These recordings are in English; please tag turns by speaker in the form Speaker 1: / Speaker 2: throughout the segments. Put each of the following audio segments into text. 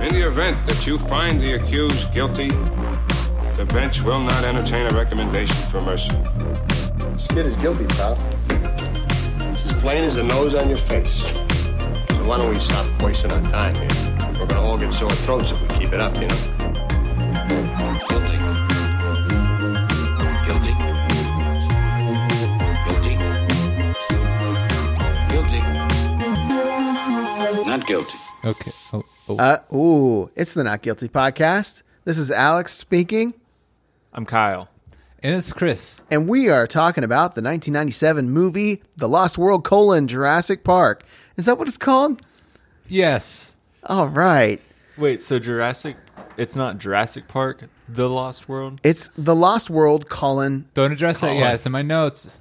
Speaker 1: In the event that you find the accused guilty, the bench will not entertain a recommendation for mercy.
Speaker 2: This kid is guilty, pal. It's as plain as the nose on your face. So why don't we stop wasting our time here? We're gonna all get sore throats if we keep it up, you know.
Speaker 3: Guilty. Guilty. Guilty. Guilty. Not guilty.
Speaker 4: Okay. Oh, oh.
Speaker 5: Uh, ooh, it's the Not Guilty Podcast. This is Alex speaking,
Speaker 6: I'm Kyle.
Speaker 4: and it's Chris.
Speaker 5: and we are talking about the 1997 movie The Lost World colon Jurassic Park. Is that what it's called?
Speaker 4: Yes.
Speaker 5: All right.
Speaker 6: Wait, so Jurassic? It's not Jurassic Park, The Lost World.
Speaker 5: It's The Lost World colon
Speaker 4: Don't address that
Speaker 6: Colin.
Speaker 4: yet. It's in my notes.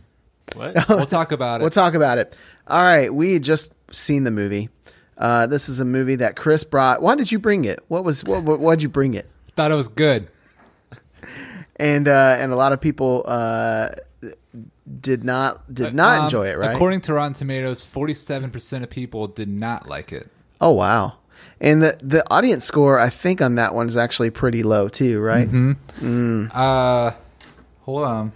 Speaker 6: What?
Speaker 4: We'll talk about it.
Speaker 5: Oh, uh, We'll talk about it. All right, we had just seen the movie. Uh, this is a movie that Chris brought. Why did you bring it? What was what? what why'd you bring it?
Speaker 4: Thought it was good.
Speaker 5: And uh, and a lot of people uh, did not did not
Speaker 4: Um,
Speaker 5: enjoy it. Right?
Speaker 4: According to Rotten Tomatoes, 47% of people did not like it.
Speaker 5: oh wow! And the the audience score I think on that one is actually pretty low too. Right?
Speaker 4: Mm-hmm. Uh, hold on.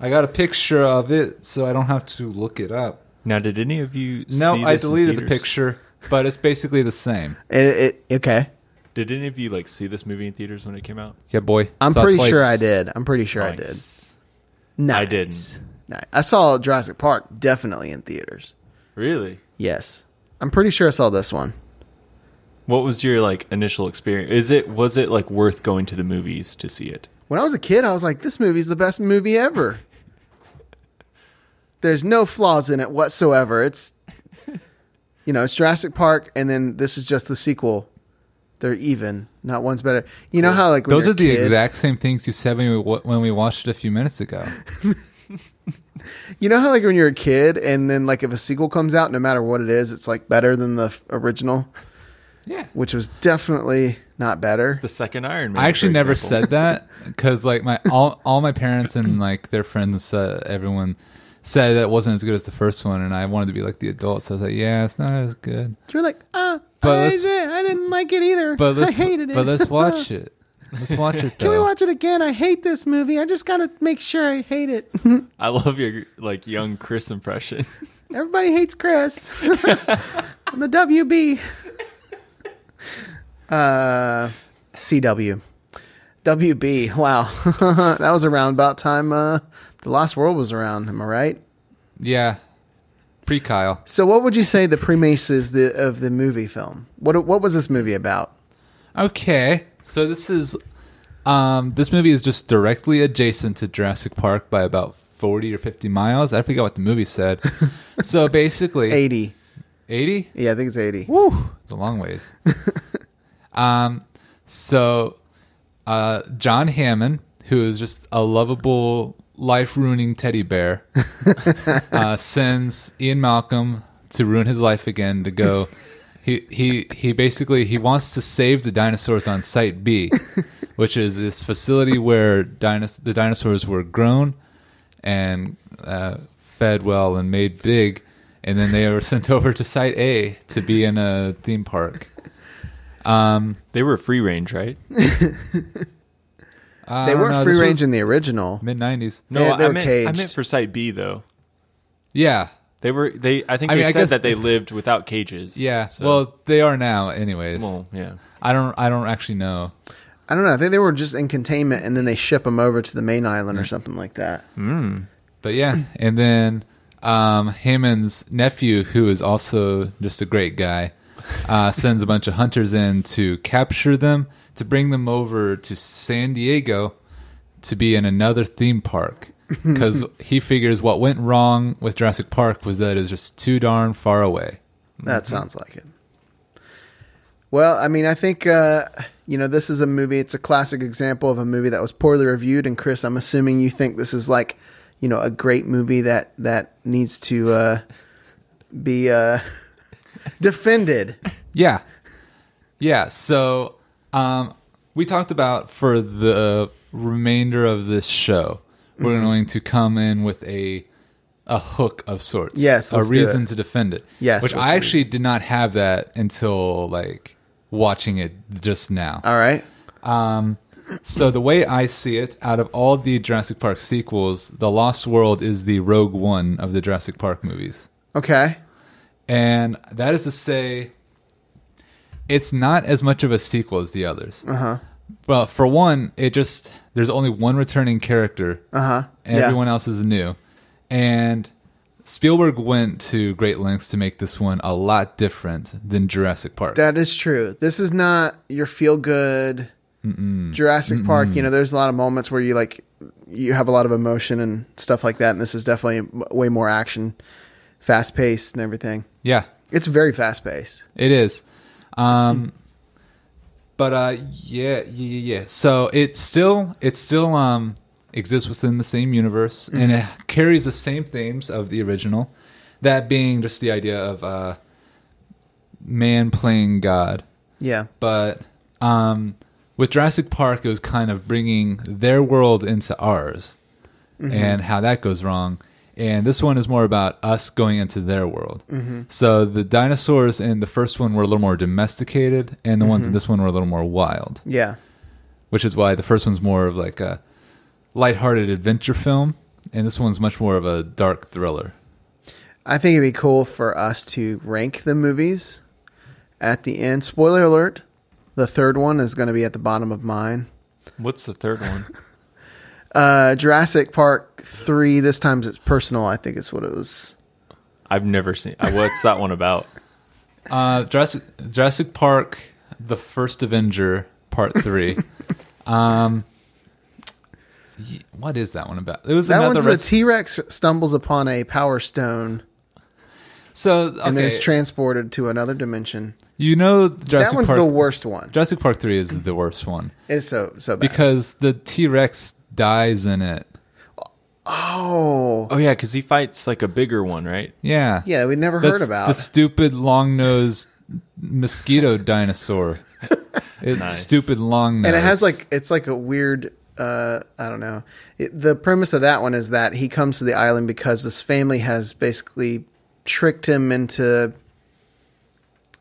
Speaker 4: I got a picture of it, so I don't have to look it up.
Speaker 6: now, did any of you?
Speaker 4: No,
Speaker 6: see
Speaker 4: I
Speaker 6: this in
Speaker 4: deleted the
Speaker 6: theaters?
Speaker 4: picture, but it's basically the same.
Speaker 5: It, it, okay.
Speaker 6: Did any of you like see this movie in theaters when it came out?
Speaker 4: Yeah, boy.
Speaker 5: I'm
Speaker 4: Saw it
Speaker 5: pretty
Speaker 4: twice.
Speaker 5: sure I did. I'm pretty sure I did.
Speaker 6: Nice.
Speaker 5: Nice.
Speaker 6: I didn't.
Speaker 5: Nice. I saw Jurassic Park definitely in theaters.
Speaker 6: Really?
Speaker 5: Yes, I'm pretty sure I saw this one.
Speaker 6: What was your like initial experience? Is it was it like worth going to the movies to see it?
Speaker 5: When I was a kid, I was like, this movie's the best movie ever. There's no flaws in it whatsoever. It's, you know, it's Jurassic Park, and then this is just the sequel. They're even. Not one's better. You know how, like, when
Speaker 4: Those are
Speaker 5: you're a
Speaker 4: the
Speaker 5: kid-
Speaker 4: exact same things you said when we, wa- when we watched it a few minutes ago.
Speaker 5: You know how, like, when you're a kid, and then, like, if a sequel comes out, no matter what it is, it's, like, better than the f- original,
Speaker 4: Yeah.
Speaker 5: which was definitely not better.
Speaker 6: The second Iron Man.
Speaker 4: I actually
Speaker 6: for
Speaker 4: never
Speaker 6: example.
Speaker 4: said that because like my all, all my parents and like their friends uh, everyone said that it wasn't as good as the first one and I wanted to be like the adult so I was like yeah it's not as good
Speaker 5: You were like, ah,
Speaker 4: But
Speaker 5: I,
Speaker 4: let's-
Speaker 5: did- I didn't like it either.
Speaker 4: but
Speaker 5: I
Speaker 4: let's
Speaker 5: hated it.
Speaker 4: but let's watch it let's watch it though.
Speaker 5: Can we watch it again? I hate this movie. I just gotta make sure I hate it.
Speaker 6: I love your like young Chris impression.
Speaker 5: Everybody hates Chris. On the WB. Uh, CW. WB. Wow. that was around about time uh, The Lost World was around. Am I right?
Speaker 4: yeah pre Kyle
Speaker 5: So, what would you say the premise is the, of the movie film? What, what was this movie about?
Speaker 4: okay so this is um this movie is just directly adjacent to Jurassic Park by about 40 or 50 miles I forget what the movie said so basically
Speaker 5: 80.
Speaker 4: 80
Speaker 5: Yeah, I think it's 80.
Speaker 4: Woo, it's a long ways. um, so uh, John Hammond, who is just a lovable, life-ruining teddy bear, uh, sends Ian Malcolm to ruin his life again to go. He, he he basically he wants to save the dinosaurs on site B, which is this facility where dinos- the dinosaurs were grown and uh, fed well and made big, and then they were sent over to Site A to be in a theme park.
Speaker 6: They were free range, right?
Speaker 4: Uh,
Speaker 5: They weren't free range in the original.
Speaker 4: mid nineties.
Speaker 6: No,
Speaker 5: they
Speaker 6: I
Speaker 5: were
Speaker 6: meant I
Speaker 5: caged.
Speaker 6: meant for Site B though.
Speaker 4: Yeah,
Speaker 6: They were they. I think
Speaker 4: I
Speaker 6: they
Speaker 4: mean, I
Speaker 6: said
Speaker 4: guess-
Speaker 6: that they lived without cages.
Speaker 4: yeah.
Speaker 6: So-
Speaker 4: Well, they are now, anyways.
Speaker 6: well, yeah.
Speaker 4: I don't. I don't actually know.
Speaker 5: I don't know. I think they were just in containment and then they ship them over to the main island or something like that.
Speaker 4: But yeah, and then um, Hammond's nephew, who is also just a great guy, uh, sends a bunch of hunters in to capture them to bring them over to San Diego to be in another theme park because he figures what went wrong with Jurassic Park was that it was just too darn far away.
Speaker 5: That sounds like it. Well, I mean, I think uh, you know this is a movie. It's a classic example of a movie that was poorly reviewed. And Chris, I'm assuming you think this is like you know a great movie that that needs to uh, be uh, defended.
Speaker 4: Yeah. Yeah. So um, we talked about for the remainder of this show, we're
Speaker 5: Mm-hmm.
Speaker 4: going to come in with a a hook of sorts.
Speaker 5: Yes,
Speaker 4: A
Speaker 5: let's do
Speaker 4: reason
Speaker 5: it.
Speaker 4: to defend it.
Speaker 5: Yes,
Speaker 4: Which
Speaker 5: let's
Speaker 4: I
Speaker 5: do
Speaker 4: actually did not have that until like watching it just now.
Speaker 5: All right.
Speaker 4: So the way I see it, out of all the Jurassic Park sequels, The Lost World is the Rogue One of the Jurassic Park movies.
Speaker 5: Okay.
Speaker 4: And that is to say, it's not as much of a sequel as the others. Uh
Speaker 5: Uh-huh.
Speaker 4: huh. Well, for one, it just there's only one returning character. Uh huh.
Speaker 5: Uh-huh. Yeah.
Speaker 4: Everyone else is new, and Spielberg went to great lengths to make this one a lot different than Jurassic Park.
Speaker 5: That is true. This is not your feel good Jurassic Park. You know, there's a lot of moments where you like you have a lot of emotion and stuff like that, and this is definitely m- way more action, fast paced and everything.
Speaker 4: yeah,
Speaker 5: It's very fast paced.
Speaker 4: It is. Um but uh yeah, yeah, yeah. yeah. So it still it still um exists within the same universe and it carries the same themes of the original. That being just the idea of uh man playing god.
Speaker 5: Yeah.
Speaker 4: But um with Jurassic Park it was kind of bringing their world into ours and how that goes wrong. And this one is more about us going into their world. So the dinosaurs in the first one were a little more domesticated, and the ones in this one were a little more wild,
Speaker 5: Yeah.
Speaker 4: which is why the first one's more of like a lighthearted adventure film, and this one's much more of a dark thriller.
Speaker 5: I think it'd be cool for us to rank the movies at the end. Spoiler alert. The third one is going to be at the bottom of mine.
Speaker 6: What's the third one?
Speaker 5: Uh, Jurassic Park 3, this time's it's personal, I think it's what it was.
Speaker 6: I've never seen. uh, What's that one about?
Speaker 4: Uh, Jurassic, Jurassic Park, The First Avenger, Part 3. um, y- what is that one about? It was
Speaker 5: That
Speaker 4: another
Speaker 5: one's
Speaker 4: res-
Speaker 5: the T Rex stumbles upon a power stone
Speaker 4: So okay,
Speaker 5: and then is transported to another dimension.
Speaker 4: you know Jurassic
Speaker 5: that one's
Speaker 4: Park.
Speaker 5: the worst one.
Speaker 4: Jurassic Park Three is the worst one
Speaker 5: It's so so bad.
Speaker 4: because the T Rex dies in it.
Speaker 5: oh
Speaker 6: Oh yeah, because he fights like a bigger one, right?
Speaker 4: Yeah,
Speaker 5: yeah, we never
Speaker 4: That's
Speaker 5: heard about.
Speaker 4: the stupid long nosed mosquito dinosaur. It, Stupid long nose,
Speaker 5: and it has like it's like a weird. Uh, I don't know. It, the premise of that one is that he comes to the island because this family has basically tricked him into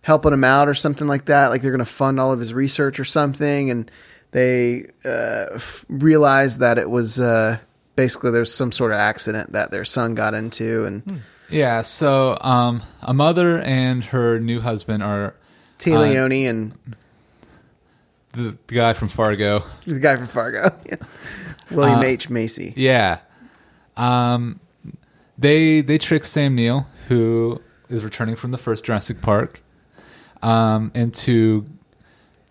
Speaker 5: helping him out or something like that. Like they're going to fund all of his research or something, and they uh, f- realized that it was uh, basically there's some sort of accident that their son got into, and
Speaker 4: yeah. So um, a mother and her new husband are
Speaker 5: T. Leone and
Speaker 4: the guy from Fargo.
Speaker 5: the guy from Fargo, Yeah. William H Macy.
Speaker 4: Yeah. Um, they they trick Sam Neill, who is returning from the first Jurassic Park, um, into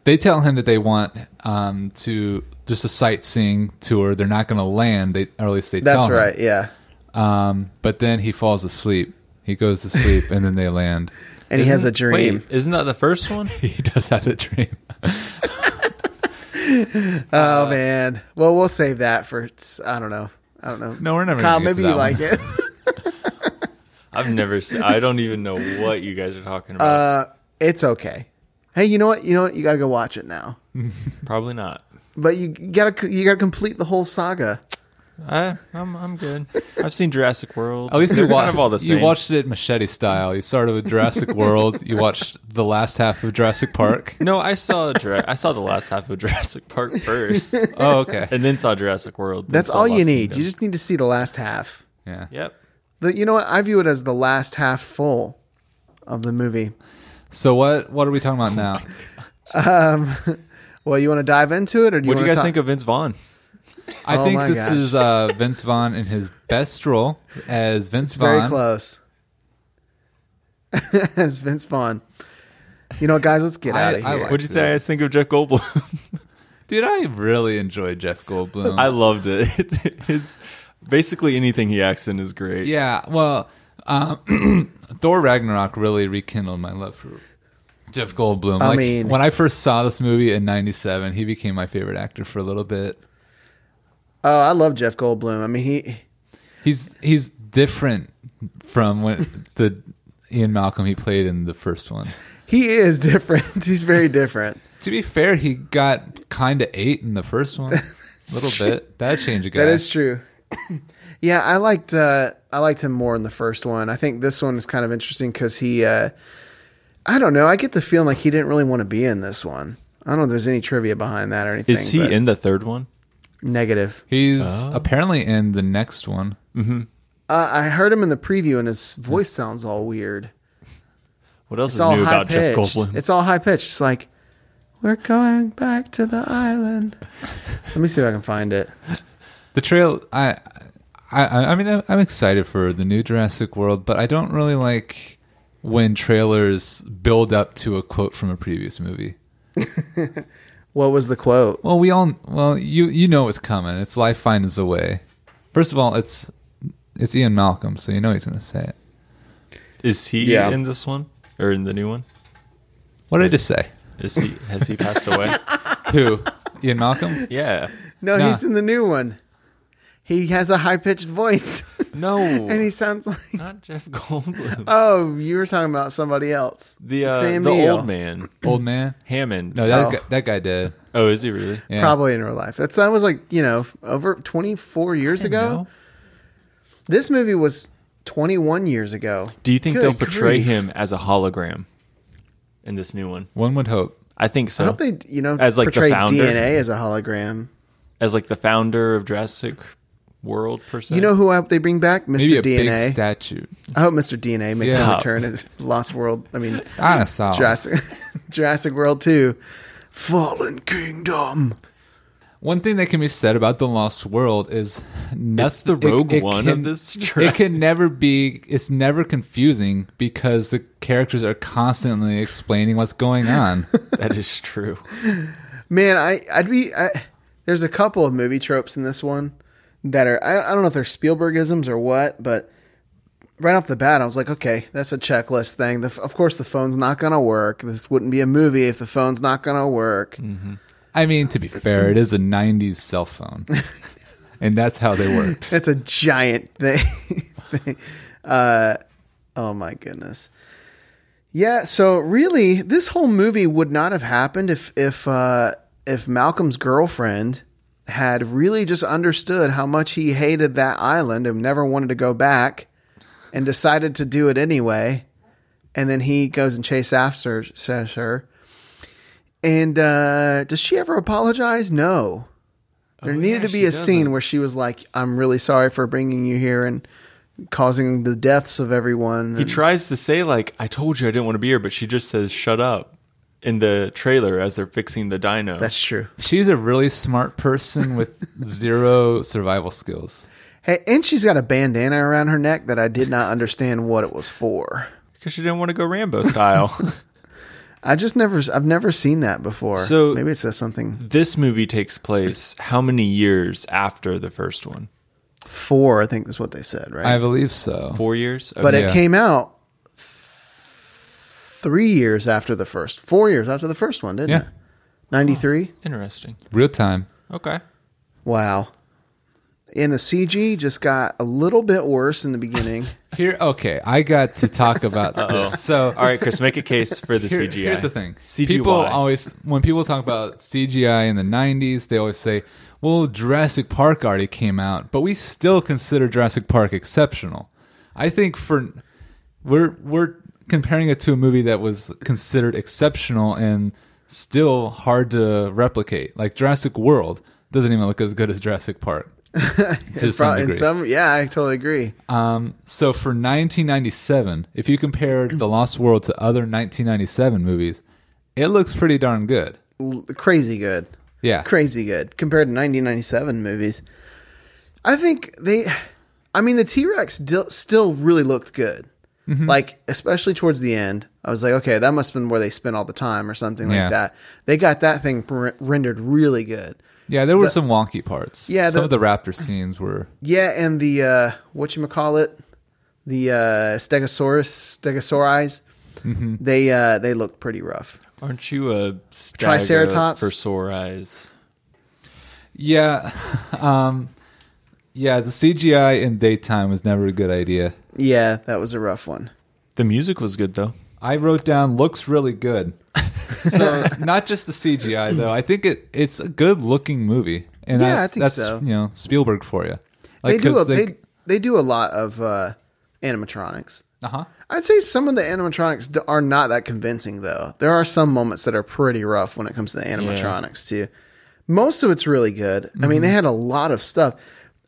Speaker 4: they tell him that they want um, to just a sightseeing tour. They're not going to land. They or at least they
Speaker 5: That's
Speaker 4: tell him.
Speaker 5: right. Yeah.
Speaker 4: Um, but then he falls asleep. He goes to sleep, and then they land.
Speaker 5: And he has a dream.
Speaker 6: Wait, isn't that the first one?
Speaker 4: He does have a dream. Uh,
Speaker 5: oh man. Well, we'll save that for I don't know. I don't know.
Speaker 4: No, we're never
Speaker 5: Kyle,
Speaker 4: gonna get
Speaker 5: maybe
Speaker 4: to
Speaker 5: you
Speaker 4: that
Speaker 5: like
Speaker 4: one.
Speaker 5: it.
Speaker 6: I've never seen. I don't even know what you guys are talking about.
Speaker 5: Uh, It's okay. Hey, you know what? You know what? You gotta go watch it now.
Speaker 6: Probably not.
Speaker 5: But you gotta you gotta complete the whole saga.
Speaker 6: I, I'm I'm good. I've seen Jurassic World.
Speaker 4: At least
Speaker 6: They're
Speaker 4: you, wa-
Speaker 6: kind of all the same.
Speaker 4: you watched it machete style. You started with Jurassic World. You watched the last half of Jurassic Park.
Speaker 6: No, I saw Jura- I saw the last half of Jurassic Park first, and
Speaker 4: Oh, okay.
Speaker 6: then saw Jurassic World. then
Speaker 5: That's
Speaker 6: saw
Speaker 5: all you
Speaker 6: Lost
Speaker 5: need.
Speaker 6: Kingdom.
Speaker 5: You just need to see the last half.
Speaker 4: Yeah.
Speaker 6: yep.
Speaker 5: The, you know what? I view it as the last half full of the movie.
Speaker 4: So what what are we talking about now?
Speaker 5: Well, you want to dive into it, or do you?
Speaker 6: What do you
Speaker 5: wanna
Speaker 6: guys
Speaker 5: talk-
Speaker 6: think of Vince Vaughn?
Speaker 4: I
Speaker 5: Oh
Speaker 4: think
Speaker 5: my
Speaker 4: this
Speaker 5: gosh.
Speaker 4: is uh, Vince Vaughn in his best role as Vince Vaughn.
Speaker 5: Very close. As Vince Vaughn. You know, what, guys, let's get
Speaker 4: I-
Speaker 5: out of
Speaker 4: I
Speaker 5: here.
Speaker 4: like-
Speaker 6: What do you guys think of Jeff Goldblum?
Speaker 4: Dude, I really enjoy Jeff Goldblum.
Speaker 6: I loved it. His basically anything he acts in is great.
Speaker 4: yeah, well, um, Thor Ragnarok really rekindled my love for Jeff Goldblum.
Speaker 5: I
Speaker 4: Like,
Speaker 5: mean-
Speaker 4: when I first saw this movie in '97, he became my favorite actor for a little bit.
Speaker 5: oh, I love Jeff Goldblum. I mean, he
Speaker 4: He's he's different from when the Ian Malcolm he played in the first one.
Speaker 5: he is different. He's very different.
Speaker 4: To be fair, he got kind of eight in the first one, little bit. That change a guy.
Speaker 5: That is true. yeah, I liked uh, I liked him more in the first one. I think this one is kind of interesting because he uh, I don't know. I get the feeling like he didn't really want to be in this one. I don't know if there's any trivia behind that or anything.
Speaker 6: Is he
Speaker 5: but
Speaker 6: in the third one?
Speaker 5: negative?
Speaker 4: He's apparently in the next one.
Speaker 5: Uh, I heard him in the preview, and his voice sounds all weird.
Speaker 6: What else
Speaker 5: It's
Speaker 6: is
Speaker 5: all
Speaker 6: new
Speaker 5: high
Speaker 6: about Jeff
Speaker 5: pitched.
Speaker 6: Goldblum?
Speaker 5: It's all high pitched. It's like we're going back to the island. Let me see if I can find it.
Speaker 4: The trail, I, I, I mean, I'm- I'm excited for the new Jurassic World, but I don't really like when trailers build up to a quote from a previous movie.
Speaker 5: What was the quote?
Speaker 4: Well, we all, well, you you know what's coming. It's life finds a way. First of all, it's it's Ian Malcolm, so you know he's going to say it.
Speaker 6: Is he
Speaker 5: Yeah.
Speaker 6: in this one or in the new one?
Speaker 4: What did I just say?
Speaker 6: Is he? Has he passed away?
Speaker 4: Who? Ian Malcolm?
Speaker 6: yeah.
Speaker 5: No,
Speaker 4: Nah.
Speaker 5: he's in the new one. He has a high pitched voice,
Speaker 6: No.
Speaker 5: and he sounds like.
Speaker 6: not Jeff Goldblum.
Speaker 5: Oh, you were talking about somebody else.
Speaker 6: the uh,
Speaker 5: Sam
Speaker 6: the
Speaker 5: Neill.
Speaker 6: old man
Speaker 4: Old man?
Speaker 6: Hammond.
Speaker 4: No, that
Speaker 5: Oh.
Speaker 4: guy, that guy did.
Speaker 6: Oh, is he really?
Speaker 4: Yeah.
Speaker 5: Probably in real life. That's that was like you know f- over twenty four years
Speaker 4: I
Speaker 5: ago.
Speaker 4: know.
Speaker 5: This movie was twenty one years ago.
Speaker 6: Do you think
Speaker 5: Good
Speaker 6: they'll portray
Speaker 5: grief.
Speaker 6: him as a hologram in this new one?
Speaker 4: One would hope.
Speaker 6: I
Speaker 5: I
Speaker 6: think so.
Speaker 5: hope they you know
Speaker 6: As, like, the
Speaker 5: portray
Speaker 6: founder?
Speaker 5: DNA as a hologram.
Speaker 6: as like the founder of Jurassic World per se.
Speaker 5: You know who I hope they bring back? Mr.
Speaker 4: Maybe a
Speaker 5: DNA.
Speaker 4: big statue.
Speaker 5: I hope Mr. DNA makes a
Speaker 6: Stop.
Speaker 5: return at Lost World. I mean,
Speaker 4: I saw.
Speaker 5: Jurassic, Jurassic World 2. Fallen Kingdom.
Speaker 4: One thing that can be said about the Lost World is
Speaker 6: That's the Rogue One of this
Speaker 4: It
Speaker 6: Jurassic-
Speaker 4: can never be. It's never confusing because the characters are constantly explaining what's going on.
Speaker 6: that is true.
Speaker 5: Man, I, I'd be. I, there's a couple of movie tropes in this one that are. I, I don't know if they're Spielbergisms or what, but right off the bat, I was like, okay, that's a checklist thing. The, f- of course, the phone's not going to work. This wouldn't be a movie if the phone's not going to work.
Speaker 4: I mean, to be fair, it is a '90s cell phone, and that's how they worked.
Speaker 5: That's a giant thing. thing. Uh, oh my goodness. Yeah. So really, this whole movie would not have happened if if uh, if Malcolm's girlfriend had really just understood how much he hated that island and never wanted to go back, and decided to do it anyway, and then he goes and chase after says her. And uh, does she ever apologize? No. There needed
Speaker 6: Oh, yeah,
Speaker 5: to be
Speaker 6: she
Speaker 5: a scene
Speaker 6: doesn't.
Speaker 5: where she was like, "I'm really sorry for bringing you here and causing the deaths of everyone."
Speaker 6: He
Speaker 5: and-
Speaker 6: tries to say like, "I told you I didn't want to be here," but she just says, "Shut up." In the trailer, as they're fixing the dino,
Speaker 5: That's true.
Speaker 4: She's a really smart person with zero survival skills.
Speaker 5: Hey, and she's got a bandana around her neck that I did not understand what it was for.
Speaker 6: because she didn't want to go Rambo style.
Speaker 5: I just never, I've never seen that before.
Speaker 6: So-
Speaker 5: maybe it says something.
Speaker 6: this movie takes place how many years after the first one?
Speaker 5: Four, I think is what they said, right?
Speaker 4: I believe so.
Speaker 6: Four years. Okay.
Speaker 5: but
Speaker 4: yeah.
Speaker 5: it came out th- three years after the first, four years after the first one, didn't
Speaker 4: Yeah.
Speaker 5: it? Ninety three.
Speaker 6: interesting.
Speaker 4: Real time.
Speaker 6: Okay.
Speaker 5: Wow. And the CG just got a little bit worse in the beginning.
Speaker 4: Here, okay, I got to talk about this. So,
Speaker 6: All right, Chris, make a case for the
Speaker 4: Here-
Speaker 6: CGI.
Speaker 4: Here's the thing:
Speaker 6: CGI.
Speaker 4: people always when people talk about CGI in the '90s, they always say, "Well, Jurassic Park already came out, but we still consider Jurassic Park exceptional." I think for we're we're comparing it to a movie that was considered exceptional and still hard to replicate, like Jurassic World doesn't even look as good as Jurassic Park. to some
Speaker 5: Pro- in
Speaker 4: degree.
Speaker 5: some, yeah, I totally agree.
Speaker 4: Um, So for 1997, if you compare The Lost World to other 1997 movies, it looks pretty darn good.
Speaker 5: L- crazy good.
Speaker 4: Yeah.
Speaker 5: crazy good compared to 1997 movies. I think they, I mean, the T Rex dil- still really looked good.
Speaker 4: Mm-hmm.
Speaker 5: Like, especially towards the end, I was like, okay, that must have been where they spent all the time or something
Speaker 4: Yeah.
Speaker 5: like that. They got that thing re- rendered really good.
Speaker 4: Yeah, there were some wonky parts.
Speaker 5: Yeah,
Speaker 4: some
Speaker 5: the-
Speaker 4: of the raptor scenes were.
Speaker 5: Yeah, and the, uh, whatchamacallit, the uh, Stegosaurus, Stegosauri,
Speaker 4: Mm-hmm.
Speaker 5: they, uh, they looked pretty rough.
Speaker 6: Aren't you a
Speaker 5: Triceratops?
Speaker 6: for sore eyes?
Speaker 4: Yeah, um, yeah. The CGI in daytime was never a good idea.
Speaker 5: Yeah, that was a rough one.
Speaker 6: The music was good though.
Speaker 4: I wrote down looks really good. so not just the CGI though. I think it it's a good looking movie, and
Speaker 5: Yeah, I
Speaker 4: that's,
Speaker 5: think
Speaker 4: that's
Speaker 5: so.
Speaker 4: you know Spielberg for you.
Speaker 5: they do
Speaker 4: 'cause
Speaker 5: a, they, they do a lot of uh, animatronics.
Speaker 4: Uh huh.
Speaker 5: I'd say some of the animatronics d- are not that convincing, though. There are some moments that are pretty rough when it comes to the animatronics, too. Most of it's really good. I mean, they had a lot of stuff.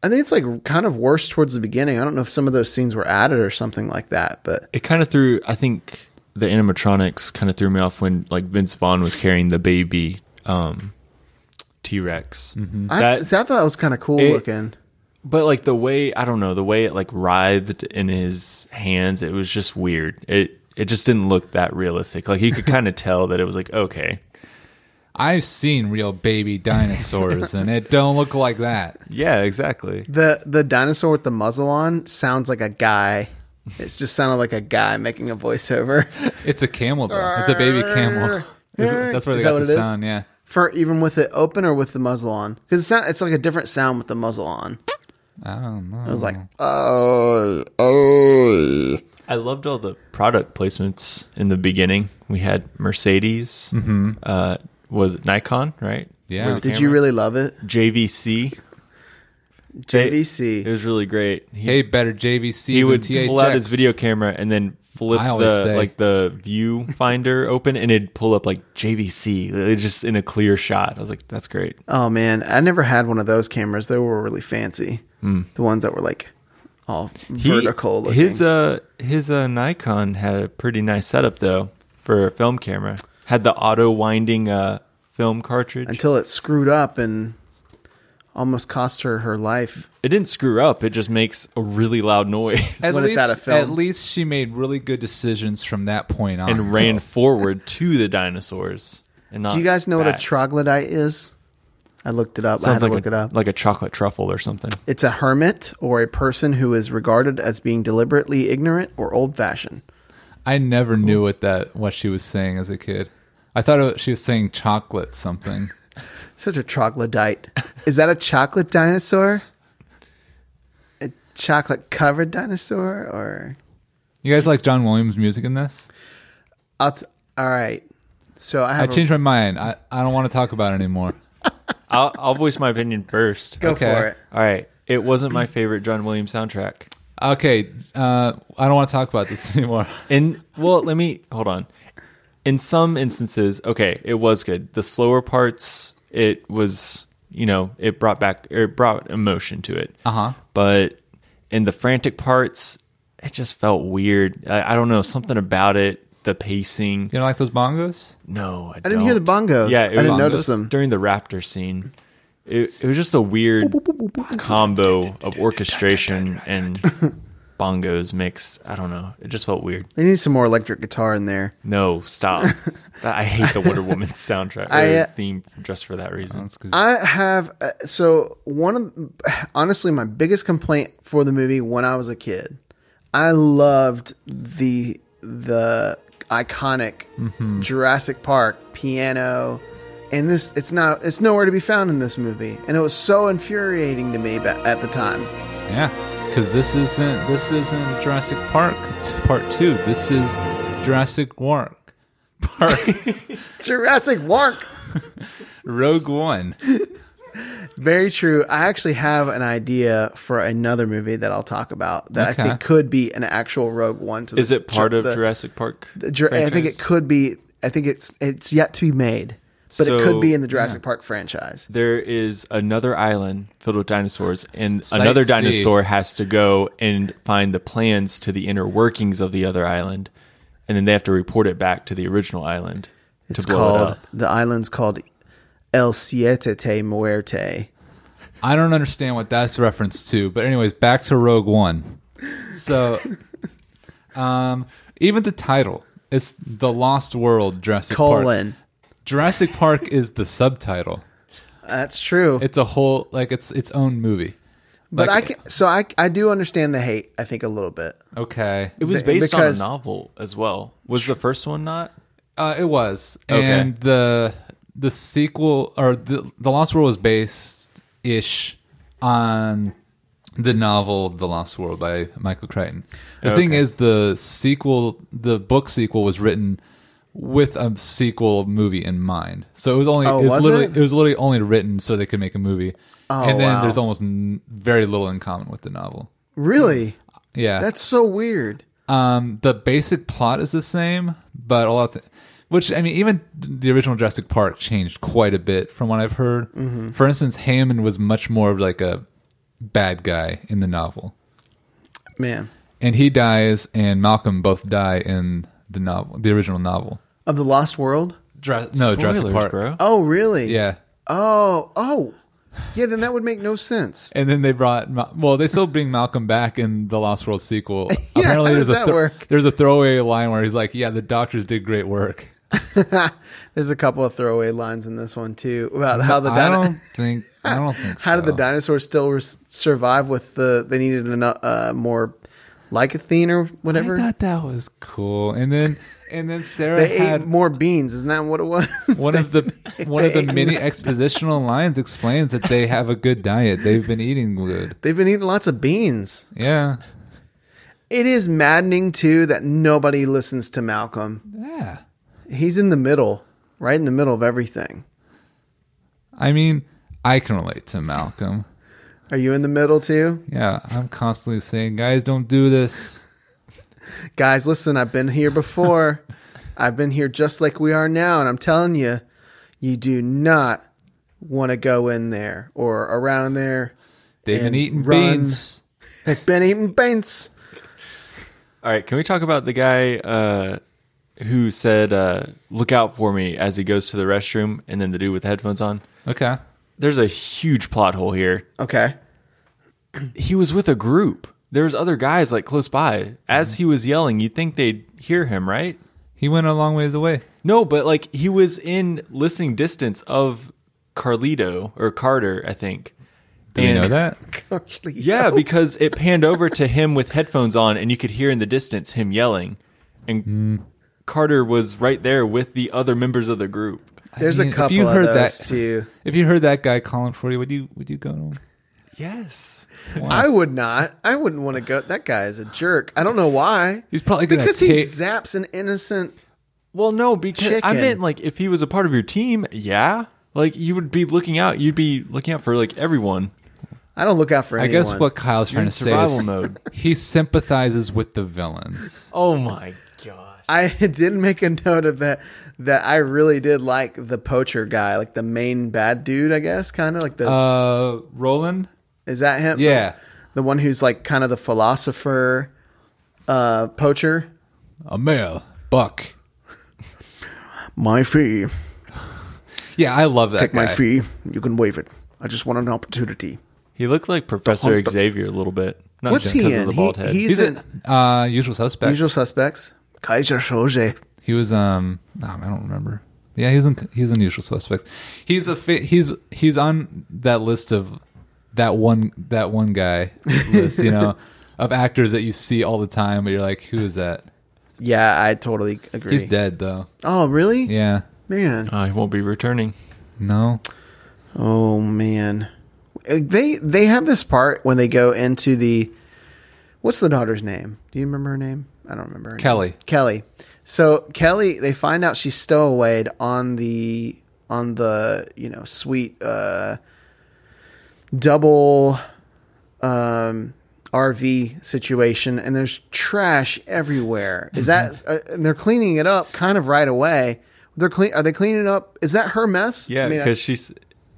Speaker 5: I think it's like kind of worse towards the beginning. I don't know if some of those scenes were added or something like that, but
Speaker 6: It kind of threw. I think the animatronics kind of threw me off when like Vince Vaughn was carrying the baby um, T Rex.
Speaker 4: Mm-hmm.
Speaker 5: I,
Speaker 6: That-
Speaker 5: see, I thought that was kind of cool
Speaker 6: It-
Speaker 5: looking.
Speaker 6: But like the way I don't know the way it like writhed in his hands, it was just weird. It it just didn't look that realistic. Like you could kind of tell that it was like okay,
Speaker 4: I've seen real baby dinosaurs, and it don't look like that.
Speaker 6: yeah, exactly.
Speaker 5: The the dinosaur with the muzzle on sounds like a guy. It's just sounded like a guy making a voiceover.
Speaker 4: It's a camel though. It's a baby camel. Is it- That's where they
Speaker 5: Is that
Speaker 4: got
Speaker 5: what
Speaker 4: the
Speaker 5: it is?
Speaker 4: sound. Yeah.
Speaker 5: For even with it open or with the muzzle on, because it's not. It's like a different sound with the muzzle on.
Speaker 4: I don't know.
Speaker 5: I was like,
Speaker 6: Mm.
Speaker 5: oh, oh.
Speaker 6: I loved all the product placements in the beginning. We had Mercedes. Mm-hmm. Uh, was it Nikon? Right?
Speaker 4: Yeah.
Speaker 6: With the
Speaker 5: Did you
Speaker 6: camera?
Speaker 5: really love it?
Speaker 6: JVC? They-
Speaker 5: JVC.
Speaker 6: It was really great. He,
Speaker 4: hey, better JVC.
Speaker 6: he
Speaker 4: than
Speaker 6: would
Speaker 4: THX.
Speaker 6: pull out his video camera and then flip
Speaker 4: I always
Speaker 6: the
Speaker 4: say-
Speaker 6: like the viewfinder open, and it'd pull up like JVC, It uh, just in a clear shot. I was like, that's great.
Speaker 5: oh man, I never had one of those cameras. They were really fancy. The ones that were like all
Speaker 6: Hmm. He-
Speaker 5: vertical. Looking.
Speaker 6: His uh his uh Nikon had a pretty nice setup though for a film camera. Had the auto winding uh film cartridge.
Speaker 5: until it screwed up and almost cost her her life.
Speaker 6: it didn't screw up. It just makes a really loud noise
Speaker 4: At
Speaker 5: when it's
Speaker 4: least,
Speaker 5: out of film.
Speaker 4: at least she made really good decisions from that point on.
Speaker 6: and ran forward to the dinosaurs. And not
Speaker 5: Do you guys know what a
Speaker 6: back.
Speaker 5: troglodyte is? I looked it up. I had
Speaker 6: Sounds
Speaker 5: to
Speaker 6: like
Speaker 5: look
Speaker 6: a,
Speaker 5: it up.
Speaker 6: like a chocolate truffle or something.
Speaker 5: It's a hermit or a person who is regarded as being deliberately ignorant or old fashioned.
Speaker 4: I never knew what that what she was saying as a kid. I thought it, she was saying chocolate something.
Speaker 5: Such a troglodyte. is that a chocolate dinosaur? A chocolate covered dinosaur? Or.
Speaker 4: You guys like John Williams' music in this?
Speaker 5: I'll t- All right. So I
Speaker 4: I
Speaker 5: have. a-
Speaker 4: changed my mind. I, I don't want to talk about it anymore.
Speaker 6: I'll, I'll voice my opinion first.
Speaker 5: go
Speaker 4: okay.
Speaker 5: for it.
Speaker 6: All right. It wasn't my favorite John Williams soundtrack.
Speaker 4: Okay, uh, I don't want to talk about this anymore.
Speaker 6: In well, let me hold on. In some instances, okay, it was good. The slower parts, it was you know, it brought back it brought emotion to it.
Speaker 4: Uh-huh.
Speaker 6: But in the frantic parts, it just felt weird. I, I don't know something about it. The pacing.
Speaker 4: You don't like those bongos?
Speaker 6: No, I,
Speaker 5: I didn't hear the bongos.
Speaker 6: Yeah,
Speaker 5: I didn't notice them.
Speaker 6: during the raptor scene. It, it was just a weird combo of orchestration and bongos mixed. I don't know. It just felt weird.
Speaker 5: They need some more electric guitar in there.
Speaker 6: No, stop. I hate the Wonder Woman soundtrack or
Speaker 5: I, uh,
Speaker 6: theme just for that reason.
Speaker 4: That's good.
Speaker 5: I have uh, so one of honestly my biggest complaint for the movie when I was a kid. I loved the the iconic
Speaker 6: Mm-hmm.
Speaker 5: Jurassic Park piano and this it's not it's nowhere to be found in this movie and it was so infuriating to me ba- at the time.
Speaker 4: Yeah, because this isn't this isn't Jurassic Park t- Part Two. This is Jurassic Work Park
Speaker 5: Jurassic Park
Speaker 4: Rogue One.
Speaker 5: Very true. I actually have an idea for another movie that I'll talk about that
Speaker 4: Okay.
Speaker 5: I think could be an actual Rogue One. To the,
Speaker 6: Is it part of
Speaker 5: the-
Speaker 6: Jurassic Park?
Speaker 5: the Jur- I think
Speaker 6: franchise?
Speaker 5: it could be. I think it's it's yet to be made, but it could
Speaker 6: So-
Speaker 5: be in the Jurassic Park franchise.
Speaker 6: There is another island filled with dinosaurs, and another
Speaker 4: Sightsee.
Speaker 6: dinosaur has to go and find the plans to the inner workings of the other island, and then they have to report it back to the original island
Speaker 5: It's
Speaker 6: to blow it
Speaker 5: called
Speaker 6: up.
Speaker 5: the island's called El Siete Te Muerte.
Speaker 4: I don't understand what that's reference to, but anyways, back to Rogue One. So, um, even the title, it's the Lost World Jurassic
Speaker 5: Colon.
Speaker 4: Park. Jurassic Park is the subtitle.
Speaker 5: That's true.
Speaker 4: It's a whole like it's its own movie.
Speaker 5: but I
Speaker 4: like-
Speaker 5: can so I I do understand the hate. I think a little bit.
Speaker 4: Okay,
Speaker 6: It was
Speaker 5: Be-
Speaker 6: based
Speaker 5: because-
Speaker 6: on a novel as well. Was the first one not?
Speaker 4: uh, it was,
Speaker 6: Okay.
Speaker 4: and the the sequel or the the Lost World was based ish on the novel The Lost World by Michael Crichton. The thing
Speaker 6: Okay.
Speaker 4: is, the sequel, the book sequel, was written with a sequel movie in mind. So it was only
Speaker 5: Oh,
Speaker 4: it was,
Speaker 5: was
Speaker 4: literally
Speaker 5: it?
Speaker 4: was literally only written so they could make a movie.
Speaker 5: Oh,
Speaker 4: and then
Speaker 5: wow.
Speaker 4: there's almost n- very little in common with the novel.
Speaker 5: Really,
Speaker 4: Yeah,
Speaker 5: that's so weird.
Speaker 4: Um, the basic plot is the same, but a lot. Of th- which I mean, even the original Jurassic Park changed quite a bit from what I've heard.
Speaker 5: Mm-hmm.
Speaker 4: For instance, Hammond was much more of like a bad guy in the novel,
Speaker 5: Man.
Speaker 4: and he dies, and Malcolm both die in the novel, the original novel.
Speaker 5: Of the Lost World?
Speaker 4: Dra- no, Jurassic
Speaker 6: Spoilers,
Speaker 4: Park.
Speaker 6: bro.
Speaker 5: Oh, really?
Speaker 4: Yeah,
Speaker 5: Oh, oh. Yeah, then that would make no sense.
Speaker 4: And then they brought Ma- well, they still bring Malcolm back in the Lost World sequel.
Speaker 5: how
Speaker 4: Apparently,
Speaker 5: does
Speaker 4: there's a
Speaker 5: that
Speaker 4: thro-
Speaker 5: work?
Speaker 4: there's a throwaway line where he's like, "Yeah, the doctors did great work."
Speaker 5: There's a couple of throwaway lines in this one too about how the
Speaker 4: I
Speaker 5: dino-
Speaker 4: don't think I don't think
Speaker 5: how did the
Speaker 4: so.
Speaker 5: dinosaurs still res- survive with the they needed an, uh, more lycopene or whatever.
Speaker 4: I thought that was cool. And then and then Sarah
Speaker 5: They ate
Speaker 4: had
Speaker 5: more beans, isn't that what it was?
Speaker 4: one of the one of the many expositional lines explains that they have a good diet. They've been eating good.
Speaker 5: They've been eating lots of beans.
Speaker 4: Yeah,
Speaker 5: It is maddening too that nobody listens to Malcolm.
Speaker 4: yeah.
Speaker 5: He's in the middle, right in the middle of everything.
Speaker 4: I mean, I can relate to Malcolm.
Speaker 5: Are you in the middle too?
Speaker 4: Yeah, I'm constantly saying, "Guys, don't do this."
Speaker 5: Guys, listen, I've been here before. I've been here just like we are now, and I'm telling you, you do not want to go in there or around there.
Speaker 4: They've been
Speaker 5: And
Speaker 4: eating
Speaker 5: run.
Speaker 4: beans.
Speaker 5: I've been eating beans.
Speaker 6: All right, can we talk about the guy uh, who said uh, "look out for me" as he goes to the restroom, and then the dude with the headphones on?
Speaker 4: Okay.
Speaker 6: There's a huge plot hole here.
Speaker 5: Okay.
Speaker 6: He was with a group. There was other guys like close by.
Speaker 4: Mm-hmm.
Speaker 6: As he was yelling, you'd think they'd hear him, right?
Speaker 4: He went a long ways away.
Speaker 6: No, but like he was in listening distance of Carlito or Carter, I think.
Speaker 4: Do you
Speaker 6: And-
Speaker 4: know that?
Speaker 6: Yeah, because it panned over to him with headphones on, and you could hear in the distance him yelling. And Carter was right there with the other members of the group.
Speaker 5: There's
Speaker 4: I mean,
Speaker 5: a couple
Speaker 4: if you heard
Speaker 5: of those
Speaker 4: that,
Speaker 5: too.
Speaker 4: If you heard that guy calling for you, would you would you go to him?
Speaker 6: Yes.
Speaker 5: I would not. I wouldn't want to go. That guy is a jerk. I don't know why.
Speaker 4: He's probably gonna
Speaker 5: because he
Speaker 4: take-
Speaker 5: zaps an innocent.
Speaker 6: Well, no, because I
Speaker 5: Chicken.
Speaker 6: meant like if he was a part of your team, yeah, like you would be looking out. You'd be looking out for like everyone.
Speaker 5: I don't look out for
Speaker 4: I
Speaker 5: anyone.
Speaker 4: guess what Kyle's
Speaker 6: You're
Speaker 4: trying
Speaker 6: in
Speaker 4: to say
Speaker 6: survival
Speaker 4: is
Speaker 6: mode.
Speaker 4: he sympathizes with the villains.
Speaker 6: Oh my god.
Speaker 5: I did make a note of that that I really did like the poacher guy, like the main bad dude, I guess, kind of like the
Speaker 4: Uh, Roland.
Speaker 5: is that him?
Speaker 4: Yeah,
Speaker 5: The one who's like kind of the philosopher uh poacher.
Speaker 4: a male buck.
Speaker 5: My fee.
Speaker 4: Yeah, I love that. guy.
Speaker 5: You can waive it. I just want an opportunity.
Speaker 6: He looked like Professor
Speaker 5: Hunt-
Speaker 6: Xavier a little bit. Not
Speaker 5: What's
Speaker 6: just
Speaker 5: he
Speaker 6: because of
Speaker 5: in?
Speaker 6: the bald
Speaker 5: He-
Speaker 6: head.
Speaker 5: he's,
Speaker 4: He's
Speaker 5: in
Speaker 4: in uh, Usual Suspects.
Speaker 5: Usual Suspects. Kaiser Soze.
Speaker 4: He was um um, I don't remember. Yeah, he's in he's in Usual Suspects. He's a fa- he's he's on that list of that one that one guy list, you know, of actors that you see all the time, but you're like, who is that?
Speaker 5: Yeah, I totally agree.
Speaker 4: He's dead though.
Speaker 5: Oh, really?
Speaker 4: Yeah.
Speaker 5: Man.
Speaker 6: Uh, he won't be returning.
Speaker 4: No.
Speaker 5: Oh man, Uh, they they have this part when they go into the what's the daughter's name? Do you remember her name? I don't remember. Her name.
Speaker 4: Kelly.
Speaker 5: Kelly. So Kelly, they find out she's stowawayed on the on the you know sweet uh, double um, RV situation, and there's trash everywhere. Is that uh, and they're cleaning it up kind of right away? They're clean. Are they cleaning it up? Is that her mess?
Speaker 6: Yeah,
Speaker 5: I mean, I-
Speaker 6: because she's.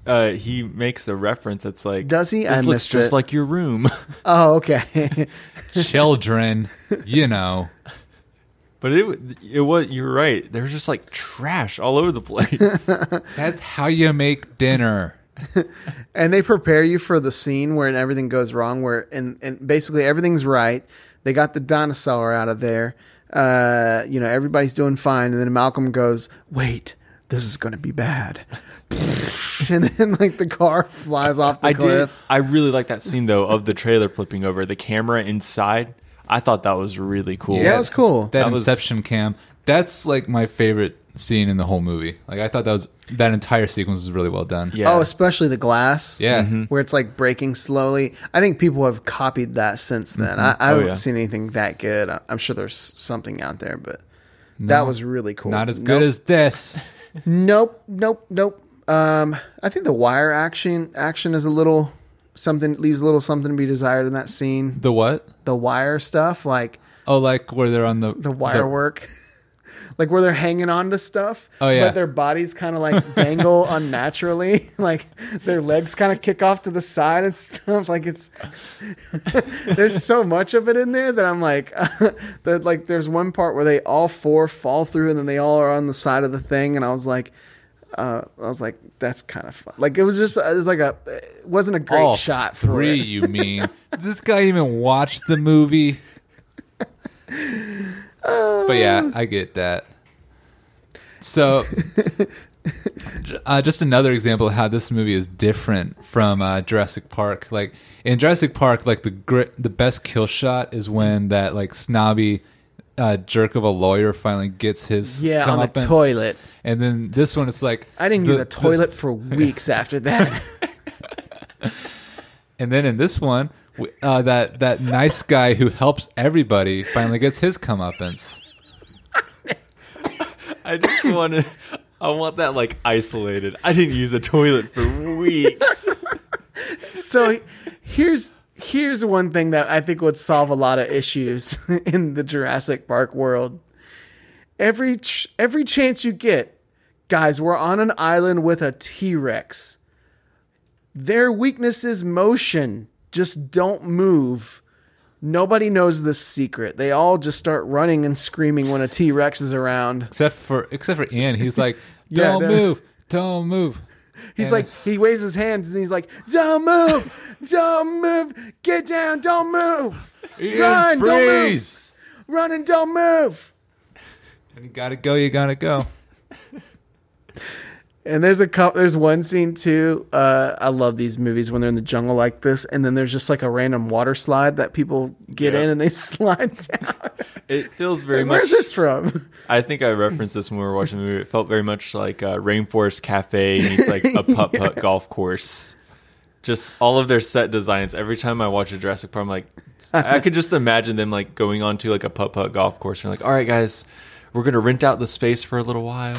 Speaker 6: Uh, he makes a reference that's like.
Speaker 5: Does he?
Speaker 6: This
Speaker 5: I
Speaker 6: looks
Speaker 5: missed
Speaker 6: just
Speaker 5: it."
Speaker 6: like your room,
Speaker 5: Oh, okay.
Speaker 4: Children, you know.
Speaker 6: but it wa- it was. You're right. There's just like trash all over the place.
Speaker 4: That's how you make dinner.
Speaker 5: and they prepare you for the scene where everything goes wrong, where and, and basically everything's right. They got the dinosaur out of there. Uh, you know, everybody's doing fine, and then Malcolm goes, "Wait, this is going to be bad." and then like the car flies off the
Speaker 6: I did.
Speaker 5: cliff.
Speaker 6: I really like that scene though of the trailer flipping over the camera inside. I thought that was really cool.
Speaker 5: Yeah. That was cool.
Speaker 4: That,
Speaker 6: That was-
Speaker 4: Inception cam. That's like my favorite scene in the whole movie. Like I thought that was that entire sequence was really well done.
Speaker 6: Yeah.
Speaker 5: Oh, especially the glass.
Speaker 4: Yeah. Mhm.
Speaker 5: Where it's like breaking slowly. I think people have copied that since then.
Speaker 4: Mm-hmm.
Speaker 5: I,
Speaker 4: Oh,
Speaker 5: I haven't
Speaker 6: yeah.
Speaker 5: seen anything that good. I- I'm sure there's something out there, but that was really cool.
Speaker 4: Not as good
Speaker 5: Nope.
Speaker 4: as this.
Speaker 5: Nope, nope, nope. Um, I think the wire action action is a little something leaves a little something to be desired in that scene.
Speaker 4: The what?
Speaker 5: The wire stuff, like
Speaker 4: Oh, like where they're on the
Speaker 5: the wire work, like where they're hanging on to stuff.
Speaker 4: Oh, yeah.
Speaker 5: but their bodies kind of like dangle unnaturally, like their legs kind of kick off to the side and stuff. Like it's there's so much of it in there that I'm like, that like there's one part where they all four fall through and then they all are on the side of the thing, and I was like. Uh, I was like, "That's kind of fun." Like it was just, it was like a, it wasn't a great
Speaker 4: All
Speaker 5: shot. For
Speaker 4: three.
Speaker 5: it.
Speaker 4: You mean Did this guy even watched the movie? but yeah, I get that. So, uh, just another example of how this movie is different from uh, Jurassic Park. Like in Jurassic Park, like the gri- the best kill shot is when that like snobby uh, jerk of a lawyer finally gets his
Speaker 5: Yeah, on the
Speaker 4: comeuppance.
Speaker 5: toilet.
Speaker 4: And then this one, it's like
Speaker 5: I didn't
Speaker 4: the-
Speaker 5: use a
Speaker 4: the-
Speaker 5: toilet for weeks after that.
Speaker 4: And then in this one, w- uh, that that nice guy who helps everybody finally gets his comeuppance.
Speaker 6: I just want to. I want that like isolated. I didn't use a toilet for weeks.
Speaker 5: so here's here's one thing that I think would solve a lot of issues in the Jurassic Park world. Every ch- every chance you get, guys, we're on an island with a T-Rex. Their weakness is motion. Just don't move. Nobody knows the secret. They all just start running and screaming when a T-Rex is around.
Speaker 4: Except for except for Ian, he's like,
Speaker 5: Yeah,
Speaker 4: "Don't
Speaker 5: no.
Speaker 4: move, don't move."
Speaker 5: He's
Speaker 4: And-
Speaker 5: like, he waves his hands and he's like, "Don't move, don't move, get down, don't move, run, don't move,
Speaker 4: freeze!
Speaker 5: run and don't move."
Speaker 4: And you gotta go, you gotta go.
Speaker 5: And there's a couple, there's one scene too. Uh, I love these movies when they're in the jungle like this, and then there's just like a random water slide that people get
Speaker 6: Yeah.
Speaker 5: in and they slide down.
Speaker 6: It feels very much.
Speaker 5: Where's this from?
Speaker 6: I think I referenced this when we were watching the movie. It felt very much like uh, Rainforest Cafe meets like a putt putt golf course. Just all of their set designs. Every time I watch a Jurassic Park, I'm like, I I could just imagine them like going onto like a putt putt golf course and like, all right, guys, we're gonna rent out the space for a little while.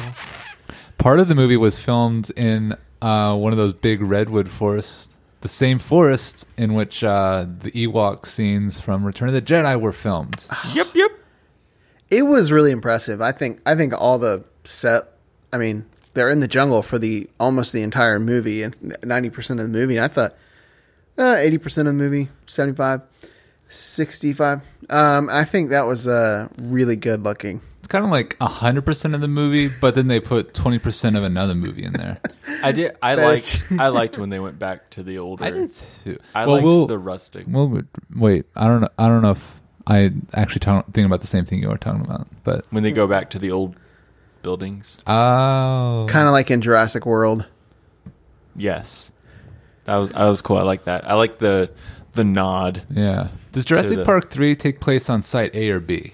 Speaker 4: Part of the movie was filmed in uh, one of those big redwood forests, the same forest in which uh, the Ewok scenes from Return of the Jedi were filmed.
Speaker 6: Yep, yep.
Speaker 5: It was really impressive. I think I think all the set. I mean, they're in the jungle for the almost the entire movie and ninety percent of the movie. And I thought uh, eighty percent of the movie, 75, 65. Um, I think that was uh, really good looking.
Speaker 4: It's kind of like hundred percent of the movie, but then they put twenty percent of another movie in there.
Speaker 6: I did. I
Speaker 5: That's-
Speaker 6: liked. I liked when they went back to the older.
Speaker 4: I did too.
Speaker 6: I
Speaker 4: Well,
Speaker 6: liked
Speaker 4: we'll-
Speaker 6: the rustic.
Speaker 4: Well, wait. I don't. know. I don't know if I actually talk, thinking about the same thing you were talking about, but
Speaker 6: when they go back to the old buildings.
Speaker 4: oh,
Speaker 5: Kind of like in Jurassic World.
Speaker 6: Yes, that was that was cool. I like that. I like the the nod.
Speaker 4: yeah. Does Jurassic
Speaker 6: the-
Speaker 4: Park three take place on Site A or B?